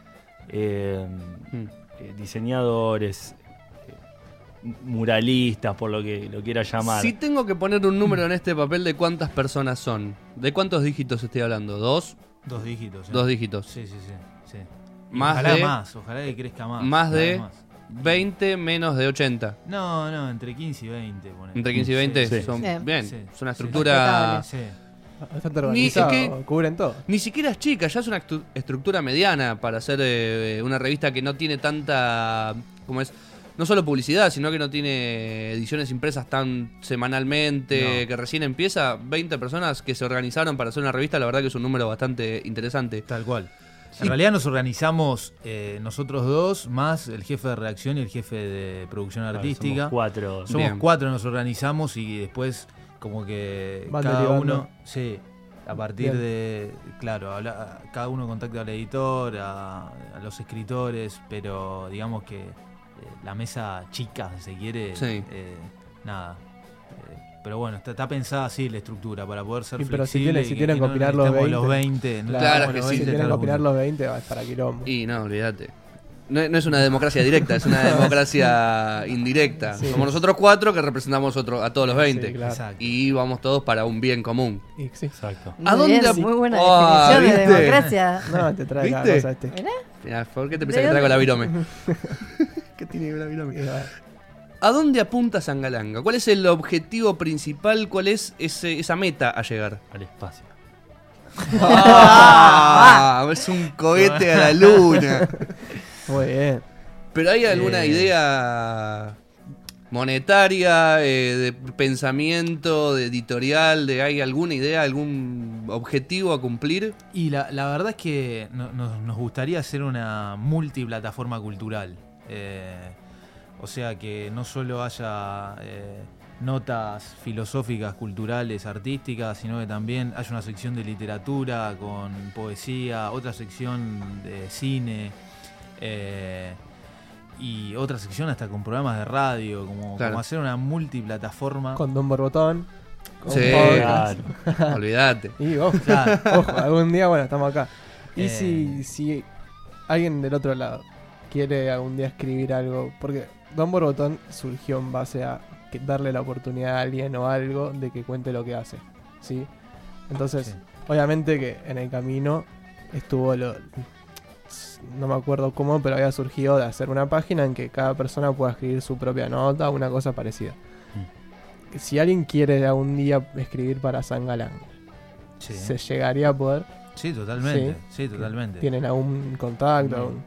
[SPEAKER 6] eh,
[SPEAKER 2] Mm.
[SPEAKER 6] eh, diseñadores, eh, muralistas, por lo que lo quiera llamar.
[SPEAKER 2] Si tengo que poner un número en este papel de cuántas personas son, ¿de cuántos dígitos estoy hablando? ¿Dos?
[SPEAKER 5] Dos dígitos. ¿eh?
[SPEAKER 2] Dos dígitos.
[SPEAKER 5] Sí, sí, sí. sí.
[SPEAKER 2] Más
[SPEAKER 5] ojalá
[SPEAKER 2] de-
[SPEAKER 5] más, ojalá que crezca más.
[SPEAKER 2] más
[SPEAKER 5] ojalá
[SPEAKER 2] de- 20 menos de 80.
[SPEAKER 5] No, no, entre 15 y 20. ponele.
[SPEAKER 2] Entre 15 y 20
[SPEAKER 6] Sí.
[SPEAKER 2] son.
[SPEAKER 4] Sí.
[SPEAKER 2] Bien,
[SPEAKER 5] Sí.
[SPEAKER 2] es una
[SPEAKER 5] Sí.
[SPEAKER 2] estructura.
[SPEAKER 5] Sí.
[SPEAKER 3] Bastante
[SPEAKER 2] Ni- es que-
[SPEAKER 3] Ah, organizado, cubren todo.
[SPEAKER 2] Ni siquiera es chica, ya es una actu- estructura mediana para hacer eh, una revista que no tiene tanta. como es? No solo publicidad, sino que no tiene ediciones impresas tan semanalmente,
[SPEAKER 5] No.
[SPEAKER 2] que recién empieza. 20 personas que se organizaron para hacer una revista, la verdad que es un número bastante interesante.
[SPEAKER 5] Tal cual. En realidad nos organizamos eh, nosotros dos, más el jefe de redacción y el jefe de producción
[SPEAKER 6] Claro,
[SPEAKER 5] artística.
[SPEAKER 6] somos cuatro.
[SPEAKER 5] Somos
[SPEAKER 2] Bien.
[SPEAKER 5] cuatro, nos organizamos y después como que
[SPEAKER 3] Van
[SPEAKER 5] cada
[SPEAKER 3] derivando.
[SPEAKER 5] uno, sí, a partir
[SPEAKER 3] Bien.
[SPEAKER 5] de, claro, habla- cada uno contacta al editor, a, a los escritores, pero digamos que eh, la mesa chica, si se quiere,
[SPEAKER 2] Sí.
[SPEAKER 5] eh, nada. Eh, Pero bueno, está, está pensada así la estructura para poder ser
[SPEAKER 3] Y pero si
[SPEAKER 5] flexible
[SPEAKER 3] tienen- si
[SPEAKER 5] y
[SPEAKER 3] tienen
[SPEAKER 5] que
[SPEAKER 3] que
[SPEAKER 5] no
[SPEAKER 3] opinar los
[SPEAKER 5] necesitemos 20, no
[SPEAKER 2] Claro,
[SPEAKER 5] necesitemos
[SPEAKER 2] que
[SPEAKER 5] los
[SPEAKER 2] sí,
[SPEAKER 3] si
[SPEAKER 5] 20
[SPEAKER 3] tienen que
[SPEAKER 5] todo el
[SPEAKER 3] opinar
[SPEAKER 5] mundo.
[SPEAKER 3] los 20, va, es para quilombo.
[SPEAKER 2] Y no, olvídate. No, no es una democracia directa, es una democracia indirecta.
[SPEAKER 3] Sí.
[SPEAKER 2] Somos nosotros cuatro que representamos otro, a todos los 20.
[SPEAKER 3] Sí, claro.
[SPEAKER 5] Exacto.
[SPEAKER 2] Y vamos todos para un bien común.
[SPEAKER 3] Y sí.
[SPEAKER 6] Exacto.
[SPEAKER 4] Muy
[SPEAKER 2] ¿A dónde
[SPEAKER 4] bien,
[SPEAKER 2] ap-
[SPEAKER 4] Muy buena
[SPEAKER 2] Ah,
[SPEAKER 4] definición de
[SPEAKER 2] ¿viste?
[SPEAKER 4] democracia.
[SPEAKER 3] No, te trae la
[SPEAKER 2] ¿Viste?
[SPEAKER 3] cosa este.
[SPEAKER 4] Mirá,
[SPEAKER 2] Mirá, ¿Por qué te pensás
[SPEAKER 4] ¿De
[SPEAKER 2] que traigo la
[SPEAKER 4] dónde?
[SPEAKER 2] virome?
[SPEAKER 3] ¿Qué tiene la
[SPEAKER 2] ¿A dónde apunta Sangalanga? ¿Cuál es el objetivo principal? ¿Cuál es ese- esa meta a llegar?
[SPEAKER 6] Al espacio.
[SPEAKER 2] ¡Ah! es un cohete a la luna.
[SPEAKER 3] Muy bien.
[SPEAKER 2] ¿Pero hay alguna
[SPEAKER 5] Eh.
[SPEAKER 2] idea monetaria, eh, de pensamiento, de editorial? De, ¿Hay alguna idea, algún objetivo a cumplir?
[SPEAKER 5] Y la, la verdad es que no- nos, nos gustaría hacer una multiplataforma cultural. Eh, o sea, que no solo haya eh, notas filosóficas, culturales, artísticas, sino que también haya una sección de literatura con poesía, otra sección de cine. eh, y otra sección hasta con programas de radio, como,
[SPEAKER 2] Claro.
[SPEAKER 5] como hacer una multiplataforma.
[SPEAKER 3] Con Don Borbotón. con
[SPEAKER 2] Sí.
[SPEAKER 3] podcast.
[SPEAKER 6] Claro.
[SPEAKER 2] Olvídate.
[SPEAKER 3] Y ojo,
[SPEAKER 5] Claro.
[SPEAKER 3] ojo, algún día, bueno, estamos acá. Y
[SPEAKER 5] Eh.
[SPEAKER 3] si, si alguien del otro lado quiere algún día escribir algo, porque Don Borbotón surgió en base a que darle la oportunidad a alguien o algo de que cuente lo que hace. ¿Sí? Entonces,
[SPEAKER 5] Sí.
[SPEAKER 3] Obviamente que en el camino estuvo lo. No me acuerdo cómo, pero había surgido de hacer una página en que cada persona pueda escribir su propia nota o una cosa parecida.
[SPEAKER 5] Mm.
[SPEAKER 3] Si alguien quiere algún día escribir para Sangalán,
[SPEAKER 5] Sí,
[SPEAKER 3] se llegaría a poder.
[SPEAKER 5] Sí, totalmente. Sí, totalmente.
[SPEAKER 3] ¿Tienen algún contacto?
[SPEAKER 5] Mm.
[SPEAKER 3] algún-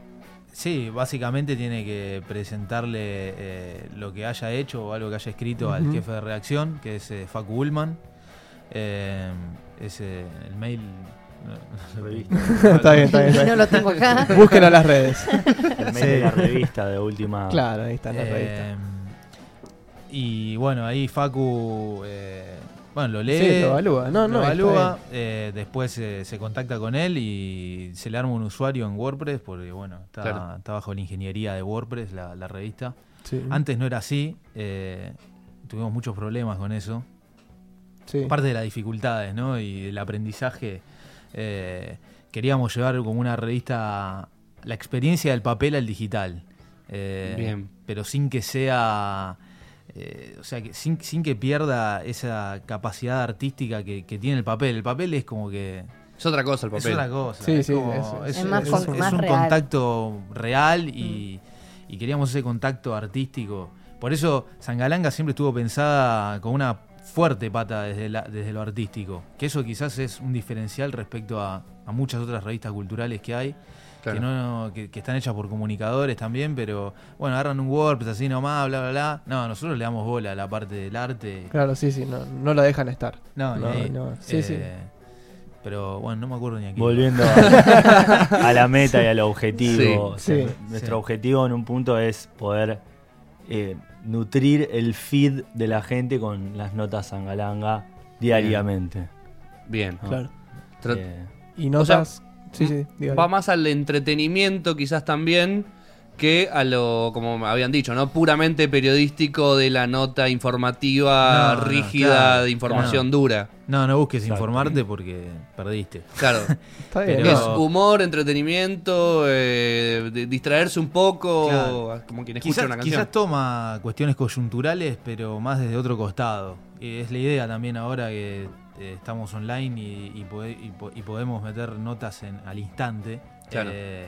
[SPEAKER 5] Sí, básicamente tiene que presentarle eh, lo que haya hecho o algo que haya escrito al
[SPEAKER 3] Ujú.
[SPEAKER 5] jefe de redacción, que es eh, Facu Ullman. Eh, es eh, el mail. no- no-
[SPEAKER 6] Revista.
[SPEAKER 3] Está bien, está bien, está
[SPEAKER 4] no
[SPEAKER 3] bien.
[SPEAKER 4] lo tengo acá.
[SPEAKER 3] Búsquenlo en las redes.
[SPEAKER 6] El mail de la revista de última.
[SPEAKER 3] Claro, ahí están las revistas.
[SPEAKER 5] Eh, y bueno, ahí Facu. eh, bueno, lo lee.
[SPEAKER 3] Sí, lo evalúa. No, no,
[SPEAKER 5] lo
[SPEAKER 3] está
[SPEAKER 5] evalúa,
[SPEAKER 3] bien.
[SPEAKER 5] eh, después eh, se contacta con él y se le arma un usuario en WordPress, porque bueno, está,
[SPEAKER 2] Claro.
[SPEAKER 5] está bajo la ingeniería de WordPress, la, la revista.
[SPEAKER 3] Sí.
[SPEAKER 5] Antes no era así, eh, tuvimos muchos problemas con eso.
[SPEAKER 3] Sí.
[SPEAKER 5] Parte de las dificultades, ¿no? Y el aprendizaje. eh, queríamos llevar como una revista la experiencia del papel al digital. eh,
[SPEAKER 2] Bien.
[SPEAKER 5] Pero sin que sea. eh, o sea, que sin, sin que pierda esa capacidad artística que, que tiene el papel. El papel es como que.
[SPEAKER 2] Es otra cosa el
[SPEAKER 5] Es
[SPEAKER 2] papel.
[SPEAKER 5] otra cosa.
[SPEAKER 3] Sí,
[SPEAKER 5] es
[SPEAKER 3] sí,
[SPEAKER 5] como-
[SPEAKER 3] es-
[SPEAKER 5] es-
[SPEAKER 4] Es más
[SPEAKER 5] es
[SPEAKER 4] con-
[SPEAKER 5] un-
[SPEAKER 4] más
[SPEAKER 5] es un
[SPEAKER 4] real. Mm.
[SPEAKER 5] contacto real y, y queríamos ese contacto artístico. Por eso Sangalanga siempre estuvo pensada con una fuerte pata desde, la- desde lo artístico. Que eso quizás es un diferencial respecto a, a muchas otras revistas culturales que hay.
[SPEAKER 2] Claro.
[SPEAKER 5] Que, no, que, que están hechas por comunicadores también, pero bueno, agarran un WordPress así nomás, bla, bla, bla. No, nosotros le damos bola a la parte del arte.
[SPEAKER 3] Claro, sí, sí, no, no la dejan estar.
[SPEAKER 5] No,
[SPEAKER 3] No,
[SPEAKER 5] ni-
[SPEAKER 2] eh,
[SPEAKER 5] eh,
[SPEAKER 3] no, sí, sí.
[SPEAKER 5] Pero bueno, no me acuerdo ni aquí.
[SPEAKER 6] Volviendo a, a la meta y al objetivo.
[SPEAKER 2] Sí,
[SPEAKER 6] O sea,
[SPEAKER 3] sí,
[SPEAKER 6] nuestro
[SPEAKER 5] sí.
[SPEAKER 6] objetivo en un punto es poder eh, nutrir el feed de la gente con las notas sangalanga diariamente.
[SPEAKER 2] Bien.
[SPEAKER 6] ¿no?
[SPEAKER 3] Claro.
[SPEAKER 2] Tra-
[SPEAKER 6] Eh,
[SPEAKER 3] Y
[SPEAKER 2] O sea, mm,
[SPEAKER 3] notas. sí, sí, dígale.
[SPEAKER 2] Va más al entretenimiento quizás también que a lo, como habían dicho, ¿no? Puramente periodístico de la nota informativa
[SPEAKER 5] No, no,
[SPEAKER 2] rígida
[SPEAKER 5] claro,
[SPEAKER 2] de información dura.
[SPEAKER 5] No, no busques
[SPEAKER 6] Exacto.
[SPEAKER 5] informarte porque perdiste.
[SPEAKER 2] Claro.
[SPEAKER 3] Está bien,
[SPEAKER 5] pero-
[SPEAKER 2] Es
[SPEAKER 3] no.
[SPEAKER 2] humor, entretenimiento, eh, de- distraerse un poco, ah,
[SPEAKER 5] Claro.
[SPEAKER 2] como quien escucha
[SPEAKER 5] Quizás,
[SPEAKER 2] una canción.
[SPEAKER 5] quizás toma cuestiones coyunturales, pero más desde otro costado. Y es la idea también ahora que eh, estamos online y, y pode- y po- y podemos meter notas en- al instante.
[SPEAKER 2] Claro.
[SPEAKER 5] Eh,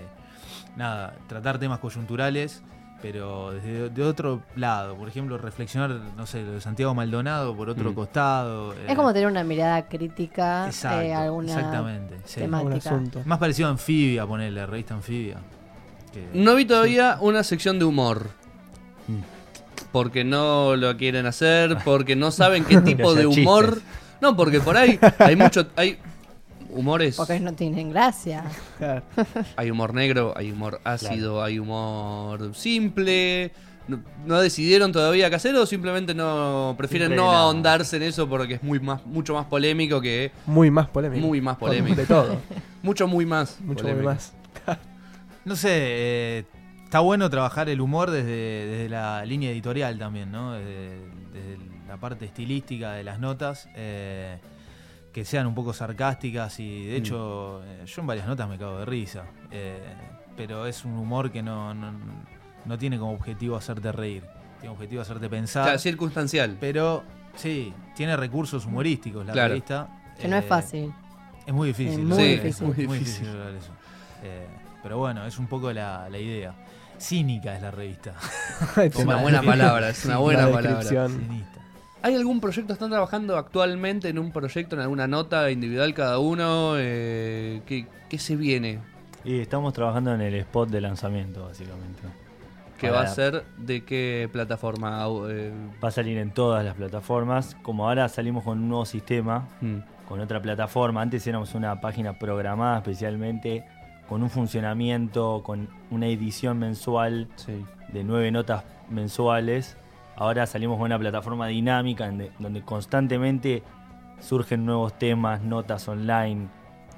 [SPEAKER 5] nada, tratar temas coyunturales, pero desde de otro lado. Por ejemplo, reflexionar, no sé, lo de Santiago Maldonado por otro
[SPEAKER 2] Mm.
[SPEAKER 5] costado. eh,
[SPEAKER 4] Es como tener una mirada crítica
[SPEAKER 5] exacto,
[SPEAKER 4] eh, a alguna
[SPEAKER 5] Exactamente. sí.
[SPEAKER 4] temática.
[SPEAKER 3] Un asunto.
[SPEAKER 5] Más parecido a Anfibia, ponerle, revista Anfibia. que-
[SPEAKER 4] Mm.
[SPEAKER 2] No vi todavía una sección de humor.
[SPEAKER 6] Mm.
[SPEAKER 2] Porque no lo quieren hacer, porque no saben qué tipo
[SPEAKER 6] haya
[SPEAKER 2] de humor.
[SPEAKER 6] chistes.
[SPEAKER 2] No, porque por ahí hay mucho. Hay humores.
[SPEAKER 4] Porque no tienen gracia.
[SPEAKER 3] Claro.
[SPEAKER 2] Hay humor negro, hay humor ácido, hay humor simple. No, no decidieron todavía qué hacer o simplemente no prefieren
[SPEAKER 6] Siempre
[SPEAKER 2] no
[SPEAKER 6] no.
[SPEAKER 2] ahondarse en eso porque es muy más, mucho más polémico que
[SPEAKER 3] Muy más polémico.
[SPEAKER 2] muy más
[SPEAKER 3] Con-
[SPEAKER 2] polémico.
[SPEAKER 3] De todo.
[SPEAKER 2] Mucho muy más.
[SPEAKER 3] Mucho muy
[SPEAKER 2] polémico.
[SPEAKER 3] más.
[SPEAKER 5] No sé, eh, está bueno trabajar el humor desde, desde la línea editorial también, ¿no? Desde, desde la parte estilística de las notas, eh, que sean un poco sarcásticas y de hecho eh, yo en varias notas me cago de risa, eh, pero es un humor que no, no, no tiene como objetivo hacerte reír, tiene objetivo hacerte
[SPEAKER 2] O
[SPEAKER 5] pensar,
[SPEAKER 2] sea, circunstancial.
[SPEAKER 5] pero sí, tiene recursos humorísticos la
[SPEAKER 2] Claro.
[SPEAKER 5] revista.
[SPEAKER 4] Que no es
[SPEAKER 5] eh,
[SPEAKER 4] fácil.
[SPEAKER 5] es muy difícil.
[SPEAKER 4] Es muy
[SPEAKER 5] sí,
[SPEAKER 4] difícil.
[SPEAKER 5] es muy
[SPEAKER 2] Muy
[SPEAKER 5] difícil
[SPEAKER 2] difícil.
[SPEAKER 5] lograr eso. Eh, pero bueno, es un poco la, la idea. Cínica es la revista.
[SPEAKER 2] Es una buena palabra, es una buena
[SPEAKER 3] La
[SPEAKER 2] palabra.
[SPEAKER 3] descripción.
[SPEAKER 5] Cinista.
[SPEAKER 2] ¿Hay algún proyecto? ¿Están trabajando actualmente en un proyecto, en alguna nota individual cada uno? Eh, ¿qué, qué se viene?
[SPEAKER 6] y estamos trabajando en el spot de lanzamiento, básicamente.
[SPEAKER 2] ¿Qué
[SPEAKER 6] Para-
[SPEAKER 2] va a ser? ¿De qué plataforma? Au- eh,
[SPEAKER 6] Va a salir en todas las plataformas. Como ahora salimos con un nuevo sistema,
[SPEAKER 2] mm,
[SPEAKER 6] con otra plataforma. Antes éramos una página programada especialmente, con un funcionamiento, con una edición mensual
[SPEAKER 2] sí.
[SPEAKER 6] de nueve notas mensuales. Ahora salimos con una plataforma dinámica en de- donde constantemente surgen nuevos temas, notas online,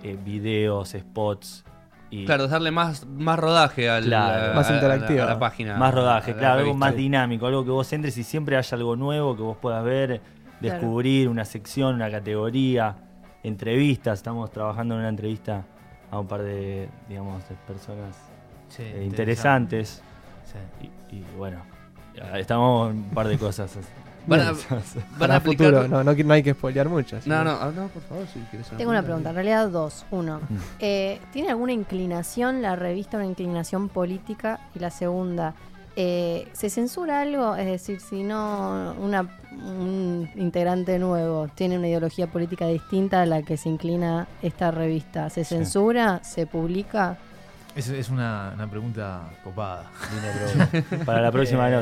[SPEAKER 6] eh, videos, spots. Y
[SPEAKER 2] Claro, darle más, más rodaje al,
[SPEAKER 6] Claro.
[SPEAKER 2] a-
[SPEAKER 3] Más
[SPEAKER 2] a- a-
[SPEAKER 3] interactiva.
[SPEAKER 2] A, la página.
[SPEAKER 6] Más
[SPEAKER 2] a
[SPEAKER 6] rodaje,
[SPEAKER 2] la
[SPEAKER 6] claro, algo
[SPEAKER 2] revista.
[SPEAKER 6] más dinámico, algo que vos entres y siempre haya algo nuevo que vos puedas ver, descubrir una sección, una categoría, entrevistas. Estamos trabajando en una entrevista a un par de, digamos, de personas
[SPEAKER 5] Sí,
[SPEAKER 6] eh, interesantes.
[SPEAKER 5] interesante. Sí.
[SPEAKER 6] Y, y bueno, estamos en un par de cosas.
[SPEAKER 2] Van a, van a
[SPEAKER 3] Para el
[SPEAKER 2] aplicar.
[SPEAKER 3] futuro, no, no, qui- no hay que spoilear mucho. así
[SPEAKER 2] no,
[SPEAKER 3] que-
[SPEAKER 2] no, ah, no, por favor, si quieres.
[SPEAKER 4] Tengo una pregunta, en realidad dos. Uno, eh, ¿tiene alguna inclinación la revista, una inclinación política? Y la segunda, eh, ¿se censura algo? Es decir, si no una, un integrante nuevo tiene una ideología política distinta a la que se inclina esta revista, ¿se
[SPEAKER 5] Sí.
[SPEAKER 4] censura? ¿Se publica?
[SPEAKER 5] Es, es una, una pregunta copada.
[SPEAKER 6] Para la próxima
[SPEAKER 5] Eh,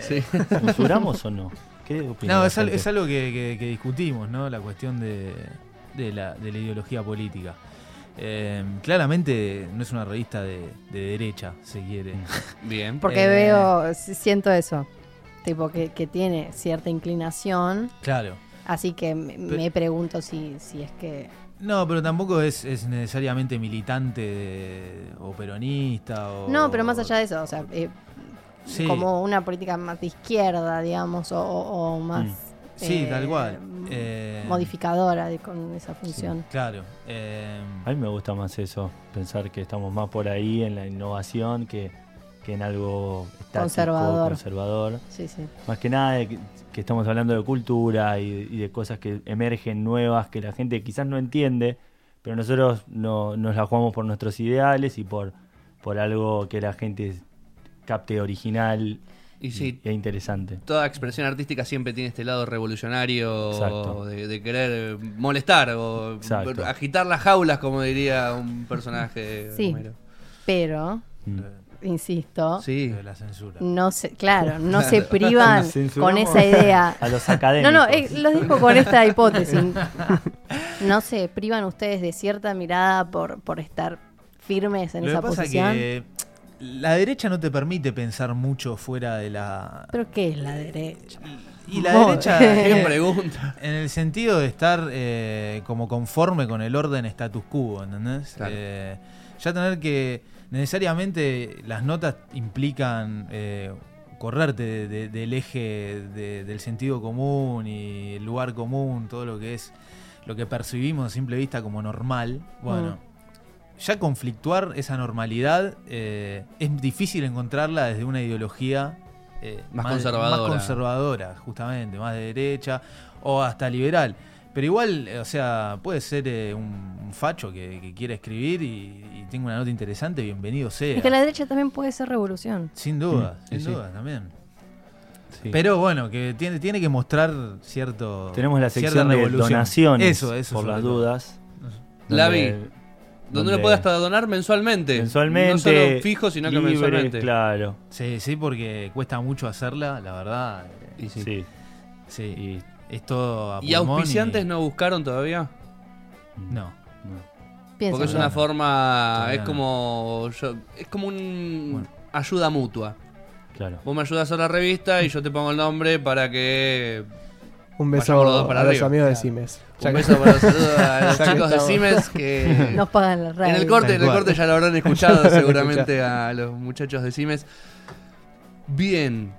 [SPEAKER 6] nota. ¿Censuramos o no? ¿Qué opina
[SPEAKER 5] No,
[SPEAKER 6] la
[SPEAKER 5] es, al-
[SPEAKER 6] gente?
[SPEAKER 5] es algo que, que- que discutimos, ¿no? La cuestión de, de la, de la ideología política. Eh, claramente no es una revista de, de derecha, se quiere.
[SPEAKER 6] Mm.
[SPEAKER 2] Bien.
[SPEAKER 4] Porque
[SPEAKER 5] Eh.
[SPEAKER 4] veo, si- siento eso, tipo que, que tiene cierta inclinación,
[SPEAKER 5] Claro.
[SPEAKER 4] así que me, me pregunto si, si es que...
[SPEAKER 5] No, pero tampoco es, es necesariamente militante de- o peronista. O,
[SPEAKER 4] No, pero más allá de eso, o sea, eh,
[SPEAKER 5] Sí.
[SPEAKER 4] como una política más de izquierda, digamos, o, o- o más...
[SPEAKER 6] Mm.
[SPEAKER 5] Sí,
[SPEAKER 4] eh,
[SPEAKER 5] tal cual.
[SPEAKER 4] m-
[SPEAKER 5] Eh,
[SPEAKER 4] Modificadora de- con esa función.
[SPEAKER 5] Claro. eh,
[SPEAKER 6] A mí me gusta más eso, pensar que estamos más por ahí en la innovación que, que en algo estático,
[SPEAKER 4] Conservador.
[SPEAKER 6] conservador.
[SPEAKER 4] Sí, sí.
[SPEAKER 6] Más que nada de que, que estamos hablando de cultura y, y de cosas que emergen nuevas que la gente quizás no entiende, pero nosotros no, nos la jugamos por nuestros ideales y por, por algo que la gente capte original
[SPEAKER 2] Y sí,
[SPEAKER 6] e interesante.
[SPEAKER 2] toda expresión artística siempre tiene este lado revolucionario
[SPEAKER 6] Exacto.
[SPEAKER 2] de, de querer molestar o
[SPEAKER 6] Exacto.
[SPEAKER 2] agitar las jaulas, como diría un personaje.
[SPEAKER 4] Sí.
[SPEAKER 2] Homero.
[SPEAKER 4] Pero,
[SPEAKER 6] Mm.
[SPEAKER 4] insisto,
[SPEAKER 2] Sí.
[SPEAKER 5] lo de la censura.
[SPEAKER 4] no se, claro, no se privan con
[SPEAKER 6] Censuramos
[SPEAKER 4] esa idea.
[SPEAKER 6] A los
[SPEAKER 4] No,
[SPEAKER 6] académicos.
[SPEAKER 4] no, eh, los dejo con esta hipótesis. No se privan ustedes de cierta mirada por, por estar firmes en
[SPEAKER 5] Lo
[SPEAKER 4] esa
[SPEAKER 5] que pasa
[SPEAKER 4] posición.
[SPEAKER 5] que la derecha no te permite pensar mucho fuera de la.
[SPEAKER 4] Pero ¿qué es la derecha?
[SPEAKER 5] Y la
[SPEAKER 4] Joder.
[SPEAKER 5] derecha.
[SPEAKER 2] ¿Qué
[SPEAKER 5] eh,
[SPEAKER 2] pregunta?
[SPEAKER 5] En el sentido de estar eh, como conforme con el orden status quo, ¿entendés?
[SPEAKER 2] Claro.
[SPEAKER 5] Eh, ya tener que. Necesariamente las notas implican eh, correrte de- de- del eje de- del sentido común y el lugar común, todo lo que es lo que percibimos a simple vista como normal. Bueno, ya conflictuar esa normalidad eh, es difícil encontrarla desde una ideología eh,
[SPEAKER 2] Más conservadora.
[SPEAKER 5] más conservadora, justamente, más de derecha o hasta liberal. Pero igual, eh, o sea, puede ser eh, un, un facho que, que quiera escribir y, y tenga una nota interesante, bienvenido sea.
[SPEAKER 4] Es que la derecha también puede ser revolución.
[SPEAKER 5] Sin duda,
[SPEAKER 2] Mm, sí,
[SPEAKER 5] sin
[SPEAKER 2] sí.
[SPEAKER 5] duda también.
[SPEAKER 6] Sí.
[SPEAKER 5] Pero bueno, que tiene, tiene que mostrar cierto.
[SPEAKER 6] Tenemos la
[SPEAKER 5] cierta
[SPEAKER 6] sección de
[SPEAKER 5] revolución.
[SPEAKER 6] donaciones
[SPEAKER 5] Eso, eso.
[SPEAKER 6] por
[SPEAKER 5] sobre
[SPEAKER 6] las
[SPEAKER 5] todo.
[SPEAKER 6] dudas.
[SPEAKER 2] La
[SPEAKER 6] donde-
[SPEAKER 2] Donde uno
[SPEAKER 6] donde
[SPEAKER 2] puede hasta donar mensualmente.
[SPEAKER 6] mensualmente.
[SPEAKER 2] No solo fijo, sino que
[SPEAKER 6] libre,
[SPEAKER 2] mensualmente.
[SPEAKER 6] Claro.
[SPEAKER 5] Sí, sí, porque cuesta mucho hacerla, la verdad.
[SPEAKER 2] Y, sí.
[SPEAKER 6] Sí.
[SPEAKER 5] Sí.
[SPEAKER 6] Y
[SPEAKER 5] Es todo a
[SPEAKER 2] ¿Y
[SPEAKER 5] pulmón
[SPEAKER 2] auspiciantes
[SPEAKER 5] y-
[SPEAKER 2] no buscaron todavía?
[SPEAKER 5] No.
[SPEAKER 6] no.
[SPEAKER 4] Piensa.
[SPEAKER 2] Porque es
[SPEAKER 5] no,
[SPEAKER 2] una
[SPEAKER 5] no.
[SPEAKER 2] forma,
[SPEAKER 5] Todavía
[SPEAKER 2] es
[SPEAKER 5] no.
[SPEAKER 2] como, yo- es como un
[SPEAKER 5] Bueno.
[SPEAKER 2] ayuda mutua.
[SPEAKER 6] Claro.
[SPEAKER 2] Vos me ayudas a la revista y yo te pongo el nombre para que
[SPEAKER 3] Un
[SPEAKER 2] Vayamos los
[SPEAKER 3] beso
[SPEAKER 2] dos para
[SPEAKER 3] a los
[SPEAKER 2] arriba.
[SPEAKER 3] amigos de Simes. Ya
[SPEAKER 2] Un
[SPEAKER 3] que-
[SPEAKER 2] beso para los saludos a los
[SPEAKER 3] Ya que
[SPEAKER 2] chicos de
[SPEAKER 3] estamos.
[SPEAKER 2] Siemens que
[SPEAKER 4] Nos pagan la radio.
[SPEAKER 2] en el corte, en el
[SPEAKER 5] Tal
[SPEAKER 2] corte
[SPEAKER 5] cual.
[SPEAKER 2] ya lo habrán escuchado
[SPEAKER 3] habrán
[SPEAKER 2] seguramente a los muchachos de Siemens. Bien.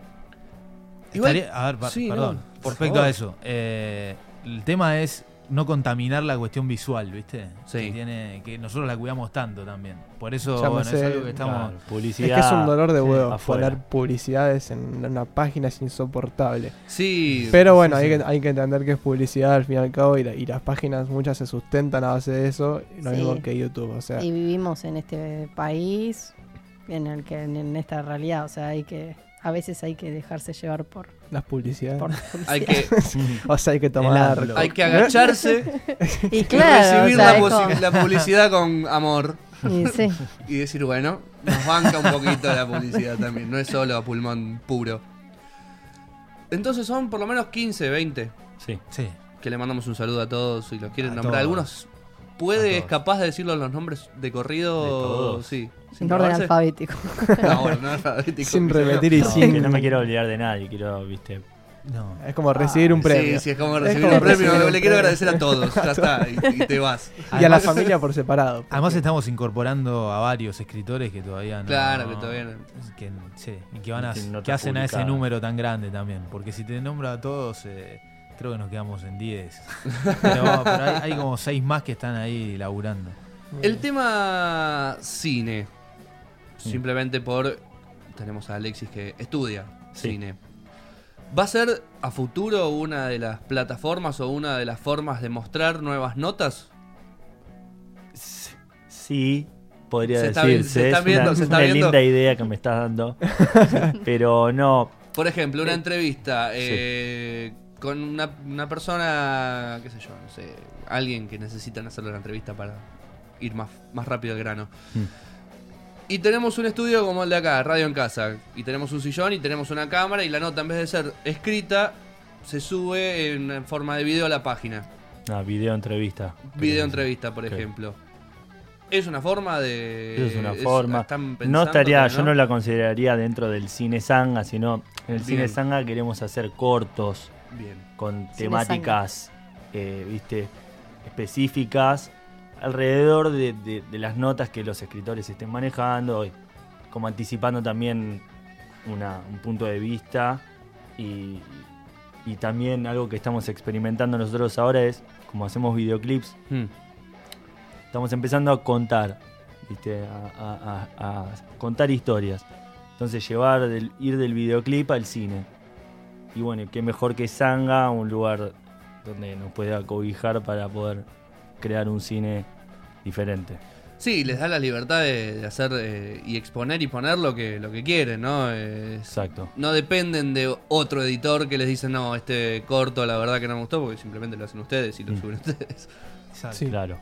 [SPEAKER 2] Igual-
[SPEAKER 5] Estaría- a ver, pa-
[SPEAKER 2] sí,
[SPEAKER 5] perdón.
[SPEAKER 2] no, por
[SPEAKER 5] por respecto
[SPEAKER 2] favor.
[SPEAKER 5] a eso, eh, el tema es no contaminar la cuestión visual, ¿viste?
[SPEAKER 2] Sí.
[SPEAKER 5] Que, tiene, que nosotros la cuidamos tanto también. Por eso,
[SPEAKER 3] Ya me
[SPEAKER 5] bueno, es
[SPEAKER 3] sé,
[SPEAKER 5] algo que estamos.
[SPEAKER 6] Claro,
[SPEAKER 3] Es
[SPEAKER 6] publicidad.
[SPEAKER 3] que es un dolor de
[SPEAKER 6] sí,
[SPEAKER 3] huevo
[SPEAKER 6] afuera.
[SPEAKER 3] poner publicidades en una página es insoportable.
[SPEAKER 2] Sí.
[SPEAKER 3] Pero bueno,
[SPEAKER 5] sí,
[SPEAKER 3] hay,
[SPEAKER 5] sí.
[SPEAKER 3] Que, hay que entender que es publicidad al fin y al cabo y, la- y las páginas muchas se sustentan a base de eso, lo
[SPEAKER 4] Sí.
[SPEAKER 3] mismo que YouTube. O sea,
[SPEAKER 4] Y vivimos en este país, en el que en, en esta realidad, o sea, hay que a veces hay que dejarse llevar por,
[SPEAKER 3] las publicidades.
[SPEAKER 4] por la
[SPEAKER 2] hay
[SPEAKER 4] publicidad.
[SPEAKER 2] que,
[SPEAKER 3] O sea, hay que tomar.
[SPEAKER 5] adblock.
[SPEAKER 2] hay que agacharse
[SPEAKER 4] y
[SPEAKER 2] y
[SPEAKER 4] claro, o sea,
[SPEAKER 2] recibir la,
[SPEAKER 4] es como-
[SPEAKER 2] posi- la publicidad con amor.
[SPEAKER 4] y sí,
[SPEAKER 2] Y decir, bueno, nos banca un poquito la publicidad también. No es solo a pulmón puro. Entonces son por lo menos 15, 20.
[SPEAKER 6] Sí.
[SPEAKER 5] Sí.
[SPEAKER 2] que le mandamos un saludo a todos si los quieren
[SPEAKER 5] A
[SPEAKER 2] nombrar.
[SPEAKER 5] todos.
[SPEAKER 2] Algunos
[SPEAKER 5] A
[SPEAKER 2] puede,
[SPEAKER 5] todos.
[SPEAKER 2] es capaz de decirlo los nombres de corrido.
[SPEAKER 6] De todos.
[SPEAKER 2] Sí. Sin
[SPEAKER 4] en orden
[SPEAKER 2] probarse.
[SPEAKER 4] alfabético.
[SPEAKER 2] No, bueno, no alfabético.
[SPEAKER 3] Sin repetir y
[SPEAKER 6] No,
[SPEAKER 3] sin.
[SPEAKER 6] que no me quiero olvidar de nadie, quiero, viste.
[SPEAKER 5] No.
[SPEAKER 6] Eh,
[SPEAKER 3] Es como recibir un premio.
[SPEAKER 2] Sí, sí, es como
[SPEAKER 3] Es
[SPEAKER 2] recibir
[SPEAKER 3] como
[SPEAKER 2] un premio.
[SPEAKER 3] recibir un
[SPEAKER 2] Le
[SPEAKER 3] premio.
[SPEAKER 2] quiero agradecer a todos. Ya está, y, y te vas.
[SPEAKER 3] Y a la
[SPEAKER 5] Además-
[SPEAKER 3] familia por separado. porque
[SPEAKER 5] Además estamos incorporando a varios escritores que todavía no...
[SPEAKER 2] Claro, que todavía no.
[SPEAKER 5] Que, sí, y que, van a,
[SPEAKER 6] Que no
[SPEAKER 5] que
[SPEAKER 6] está
[SPEAKER 5] hacen a ese
[SPEAKER 6] publicada.
[SPEAKER 5] número tan grande también. Porque si te nombro a todos, eh, creo que nos quedamos en 10. Pero, pero hay, hay como 6 más que están ahí laburando.
[SPEAKER 2] El tema cine. Simplemente por. Tenemos a Alexis que estudia
[SPEAKER 6] Sí.
[SPEAKER 2] cine. ¿Va a ser a futuro una de las plataformas o una de las formas de mostrar nuevas notas?
[SPEAKER 6] Sí, podría
[SPEAKER 2] Se está vi- se
[SPEAKER 6] decirse.
[SPEAKER 2] está
[SPEAKER 6] es
[SPEAKER 2] viendo,
[SPEAKER 6] una,
[SPEAKER 2] se está
[SPEAKER 6] una
[SPEAKER 2] viendo.
[SPEAKER 6] linda idea que me estás dando. Pero no,
[SPEAKER 2] Por ejemplo, una entrevista eh, con una, una persona, qué sé yo, no sé, alguien que necesitan hacerle la entrevista para ir más, más rápido al grano.
[SPEAKER 6] Mm.
[SPEAKER 2] Y tenemos un estudio como el de acá, Radio en Casa, y tenemos un sillón y tenemos una cámara y la nota en vez de ser escrita se sube en en forma de video a la página.
[SPEAKER 6] no, video entrevista.
[SPEAKER 2] Video entrevista, por
[SPEAKER 6] Ok.
[SPEAKER 2] ejemplo. Es una forma de...
[SPEAKER 6] Eso es una forma.
[SPEAKER 2] Eh, están
[SPEAKER 6] No
[SPEAKER 2] pensando
[SPEAKER 6] estaría,
[SPEAKER 2] que
[SPEAKER 6] yo no la consideraría dentro del cine sanga, sino en el
[SPEAKER 2] Bien.
[SPEAKER 6] cine sanga queremos hacer cortos
[SPEAKER 2] Bien.
[SPEAKER 6] con
[SPEAKER 4] Cine
[SPEAKER 6] temáticas, eh, viste, específicas alrededor de, de- de las notas que los escritores estén manejando, y como anticipando también una- un punto de vista y, y también algo que estamos experimentando nosotros ahora es como hacemos videoclips
[SPEAKER 2] Hmm.
[SPEAKER 6] estamos empezando a contar, ¿viste? A, a- a- a contar historias. Entonces llevar del, ir del videoclip al cine. Y bueno, y qué mejor que Sanga, un lugar donde nos pueda acobijar para poder crear un cine diferente.
[SPEAKER 2] Sí, les da la libertad de, de hacer eh, y exponer y poner lo que, lo que quieren, ¿no? Eh,
[SPEAKER 6] Exacto.
[SPEAKER 2] no dependen de otro editor que les dice, no, este corto la verdad que no me gustó, porque simplemente lo hacen ustedes y lo
[SPEAKER 6] Mm.
[SPEAKER 2] suben ustedes.
[SPEAKER 5] Exacto.
[SPEAKER 3] Sí.
[SPEAKER 6] Claro.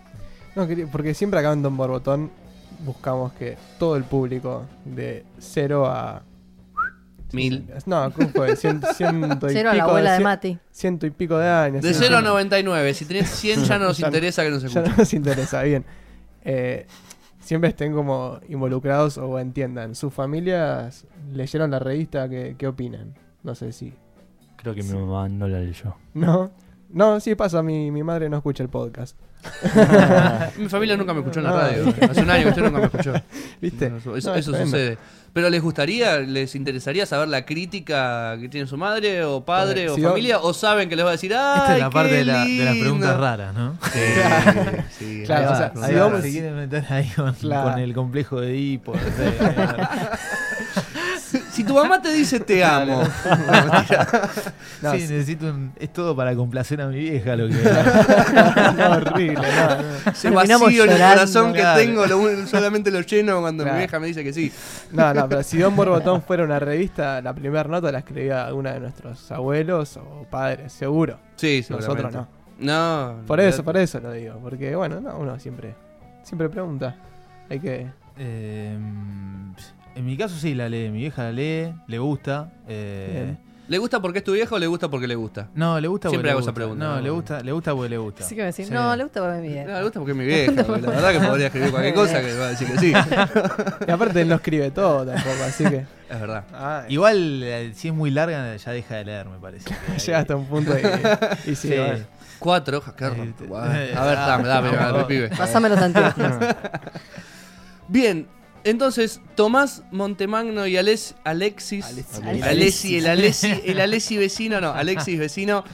[SPEAKER 3] No, quería- porque siempre acá en Don Borbotón buscamos que todo el público de 0 a.
[SPEAKER 2] Mil.
[SPEAKER 3] No, ¿cómo fue? Cien- ciento y
[SPEAKER 4] Cero a la
[SPEAKER 3] pico
[SPEAKER 4] abuela de
[SPEAKER 3] cien-
[SPEAKER 4] Mati.
[SPEAKER 3] Ciento y pico de años.
[SPEAKER 2] De
[SPEAKER 3] sí,
[SPEAKER 2] 0 a
[SPEAKER 3] sí.
[SPEAKER 2] 99, si tenés 100 ya no nos
[SPEAKER 3] Ya no-
[SPEAKER 2] interesa que nos
[SPEAKER 3] Ya
[SPEAKER 2] escuchen.
[SPEAKER 3] no nos interesa, bien. Eh, siempre estén como involucrados o entiendan. Sus familias leyeron la revista, ¿qué, qué opinan? No sé si.
[SPEAKER 6] Creo que mi mamá no la leyó.
[SPEAKER 3] ¿No? No, sí pasa, mi, mi madre no escucha el podcast.
[SPEAKER 2] Mi familia nunca me escuchó en la
[SPEAKER 3] Ah.
[SPEAKER 2] radio, hace un año que usted nunca me escuchó.
[SPEAKER 3] ¿Viste?
[SPEAKER 2] Eso, eso-
[SPEAKER 3] No, está
[SPEAKER 2] eso
[SPEAKER 3] bien.
[SPEAKER 2] sucede. Pero les gustaría, les interesaría saber la crítica que tiene su madre o padre o
[SPEAKER 3] Si yo-
[SPEAKER 2] familia, o saben que les va a decir, ah,
[SPEAKER 5] Esta es la parte de, la, de las preguntas raras, ¿no?
[SPEAKER 2] Sí,
[SPEAKER 3] Claro,
[SPEAKER 5] Ahí
[SPEAKER 3] o
[SPEAKER 5] va,
[SPEAKER 3] sea,
[SPEAKER 5] ahí
[SPEAKER 3] si
[SPEAKER 5] va,
[SPEAKER 3] vamos-
[SPEAKER 5] se quieren meter ahí con,
[SPEAKER 3] Claro.
[SPEAKER 5] con el complejo de Edipo. no sé.
[SPEAKER 2] Si tu mamá te dice te amo,
[SPEAKER 3] No,
[SPEAKER 5] sí,
[SPEAKER 3] sí.
[SPEAKER 5] necesito un, es todo para complacer a mi vieja lo que
[SPEAKER 3] No, horrible, no, no.
[SPEAKER 2] ese
[SPEAKER 4] Terminamos
[SPEAKER 2] vacío en el
[SPEAKER 4] llorando,
[SPEAKER 2] corazón que
[SPEAKER 5] claro.
[SPEAKER 2] tengo lo un- solamente lo lleno cuando
[SPEAKER 3] Claro.
[SPEAKER 2] mi vieja me dice que sí.
[SPEAKER 3] No, no, pero si Don Borbotón fuera una revista, la primera nota la escribía alguna de nuestros abuelos o padres, seguro.
[SPEAKER 2] Sí,
[SPEAKER 3] Nosotros no.
[SPEAKER 2] No.
[SPEAKER 3] Por eso, por eso lo digo, porque bueno, no, uno siempre siempre pregunta. Hay que
[SPEAKER 5] Eh, en mi caso sí la lee, mi vieja la lee, le gusta. eh,
[SPEAKER 2] ¿Le gusta porque es tu viejo o le gusta porque le gusta?
[SPEAKER 5] no, le gusta
[SPEAKER 2] Siempre
[SPEAKER 5] porque
[SPEAKER 2] hago
[SPEAKER 5] le
[SPEAKER 2] esa
[SPEAKER 5] gusta.
[SPEAKER 2] pregunta,
[SPEAKER 5] No,
[SPEAKER 2] ¿no?
[SPEAKER 5] le gusta, le gusta porque le gusta.
[SPEAKER 4] Así que me decís,
[SPEAKER 5] Sí.
[SPEAKER 4] no, le gusta para mi vieja.
[SPEAKER 2] No, le gusta porque es mi vieja. porque La verdad que podría escribir cualquier cosa que va a decir que sí.
[SPEAKER 3] Y aparte él no escribe todo tampoco, así que
[SPEAKER 2] Es verdad.
[SPEAKER 5] Igual eh, si es muy larga ya deja de leer, me parece.
[SPEAKER 3] llega hasta un punto y, y sí,
[SPEAKER 5] eh. Sí.
[SPEAKER 3] bueno.
[SPEAKER 2] Cuatro hojas,
[SPEAKER 3] Eh,
[SPEAKER 2] qué rompe,
[SPEAKER 5] te-
[SPEAKER 2] guay. A ver, dame, dame,
[SPEAKER 5] Ah,
[SPEAKER 2] dame,
[SPEAKER 5] no.
[SPEAKER 2] pibe.
[SPEAKER 4] Pásame los anteojos.
[SPEAKER 2] Bien, entonces Tomás Montemagno y Alex- Alexis.
[SPEAKER 4] Alexis.
[SPEAKER 2] Alexi, el Alexi, el Alexi vecino, no, Alexis vecino.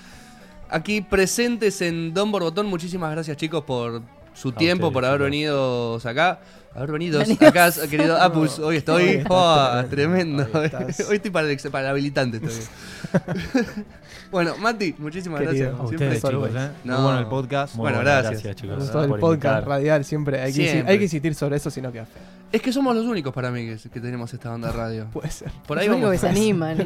[SPEAKER 2] Aquí presentes en Don Borbotón, muchísimas gracias chicos por su
[SPEAKER 6] A
[SPEAKER 2] tiempo,
[SPEAKER 6] ustedes,
[SPEAKER 2] por haber
[SPEAKER 6] chicos.
[SPEAKER 2] venido acá. Haber venido
[SPEAKER 4] Venidos.
[SPEAKER 2] acá, querido Apus, hoy
[SPEAKER 3] Hoy
[SPEAKER 2] estoy.
[SPEAKER 3] estás
[SPEAKER 2] ¡Oh,
[SPEAKER 3] tremendo.
[SPEAKER 2] tremendo!
[SPEAKER 3] Hoy estás-
[SPEAKER 2] Hoy estoy para el, ex- para el habilitante. estoy. bueno, Mati, muchísimas
[SPEAKER 3] Querido,
[SPEAKER 2] gracias.
[SPEAKER 5] A
[SPEAKER 2] como
[SPEAKER 5] ustedes,
[SPEAKER 2] siempre.
[SPEAKER 5] chicos,
[SPEAKER 3] always.
[SPEAKER 5] ¿eh?
[SPEAKER 2] No.
[SPEAKER 5] Muy bueno el podcast.
[SPEAKER 6] Muy
[SPEAKER 2] Bueno, gracias.
[SPEAKER 6] chicos.
[SPEAKER 3] todo el
[SPEAKER 6] por
[SPEAKER 3] podcast
[SPEAKER 6] invitar.
[SPEAKER 3] radial siempre hay que,
[SPEAKER 2] Siempre.
[SPEAKER 3] insistir, hay que insistir sobre eso si no queda feo.
[SPEAKER 2] Es que somos los únicos para mí que, que tenemos esta onda radio.
[SPEAKER 3] Puede ser.
[SPEAKER 2] Por ahí
[SPEAKER 4] Los únicos que
[SPEAKER 2] vamos.
[SPEAKER 4] se animan.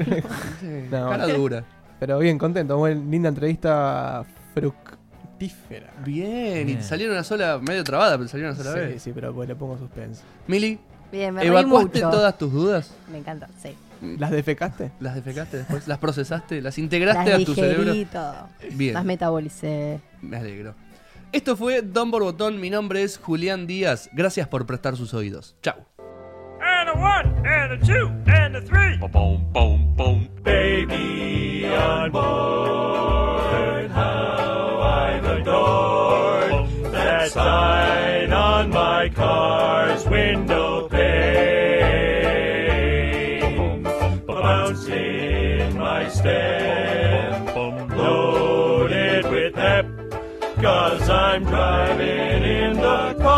[SPEAKER 2] Sí,
[SPEAKER 3] No.
[SPEAKER 2] Cara dura.
[SPEAKER 3] Pero bien, contento, muy linda entrevista fructífera.
[SPEAKER 2] Bien, y
[SPEAKER 5] Bien.
[SPEAKER 2] salieron una sola, medio trabada, pero salieron una sola
[SPEAKER 3] Sí,
[SPEAKER 2] vez.
[SPEAKER 3] sí, pero pues le pongo suspenso.
[SPEAKER 2] Mili,
[SPEAKER 4] Bien, me reí
[SPEAKER 2] ¿evacuaste
[SPEAKER 4] mucho.
[SPEAKER 2] todas tus dudas?
[SPEAKER 4] Me encanta, sí.
[SPEAKER 3] ¿Las defecaste?
[SPEAKER 2] ¿Las defecaste después? ¿Las procesaste? ¿Las integraste
[SPEAKER 4] Las
[SPEAKER 2] a tu cerebro?
[SPEAKER 4] digerí todo.
[SPEAKER 2] Bien,
[SPEAKER 4] Las metabolicé.
[SPEAKER 2] me alegro. Esto fue Don Borbotón, mi nombre es Julián Díaz. Gracias por prestar sus oídos. Chau.
[SPEAKER 7] and a one, and a two, and a three. Boom, boom, boom. Baby on board, how I've adored that sign on my car's window pane. Bouncing my step, loaded with pep, cause I'm driving in the car.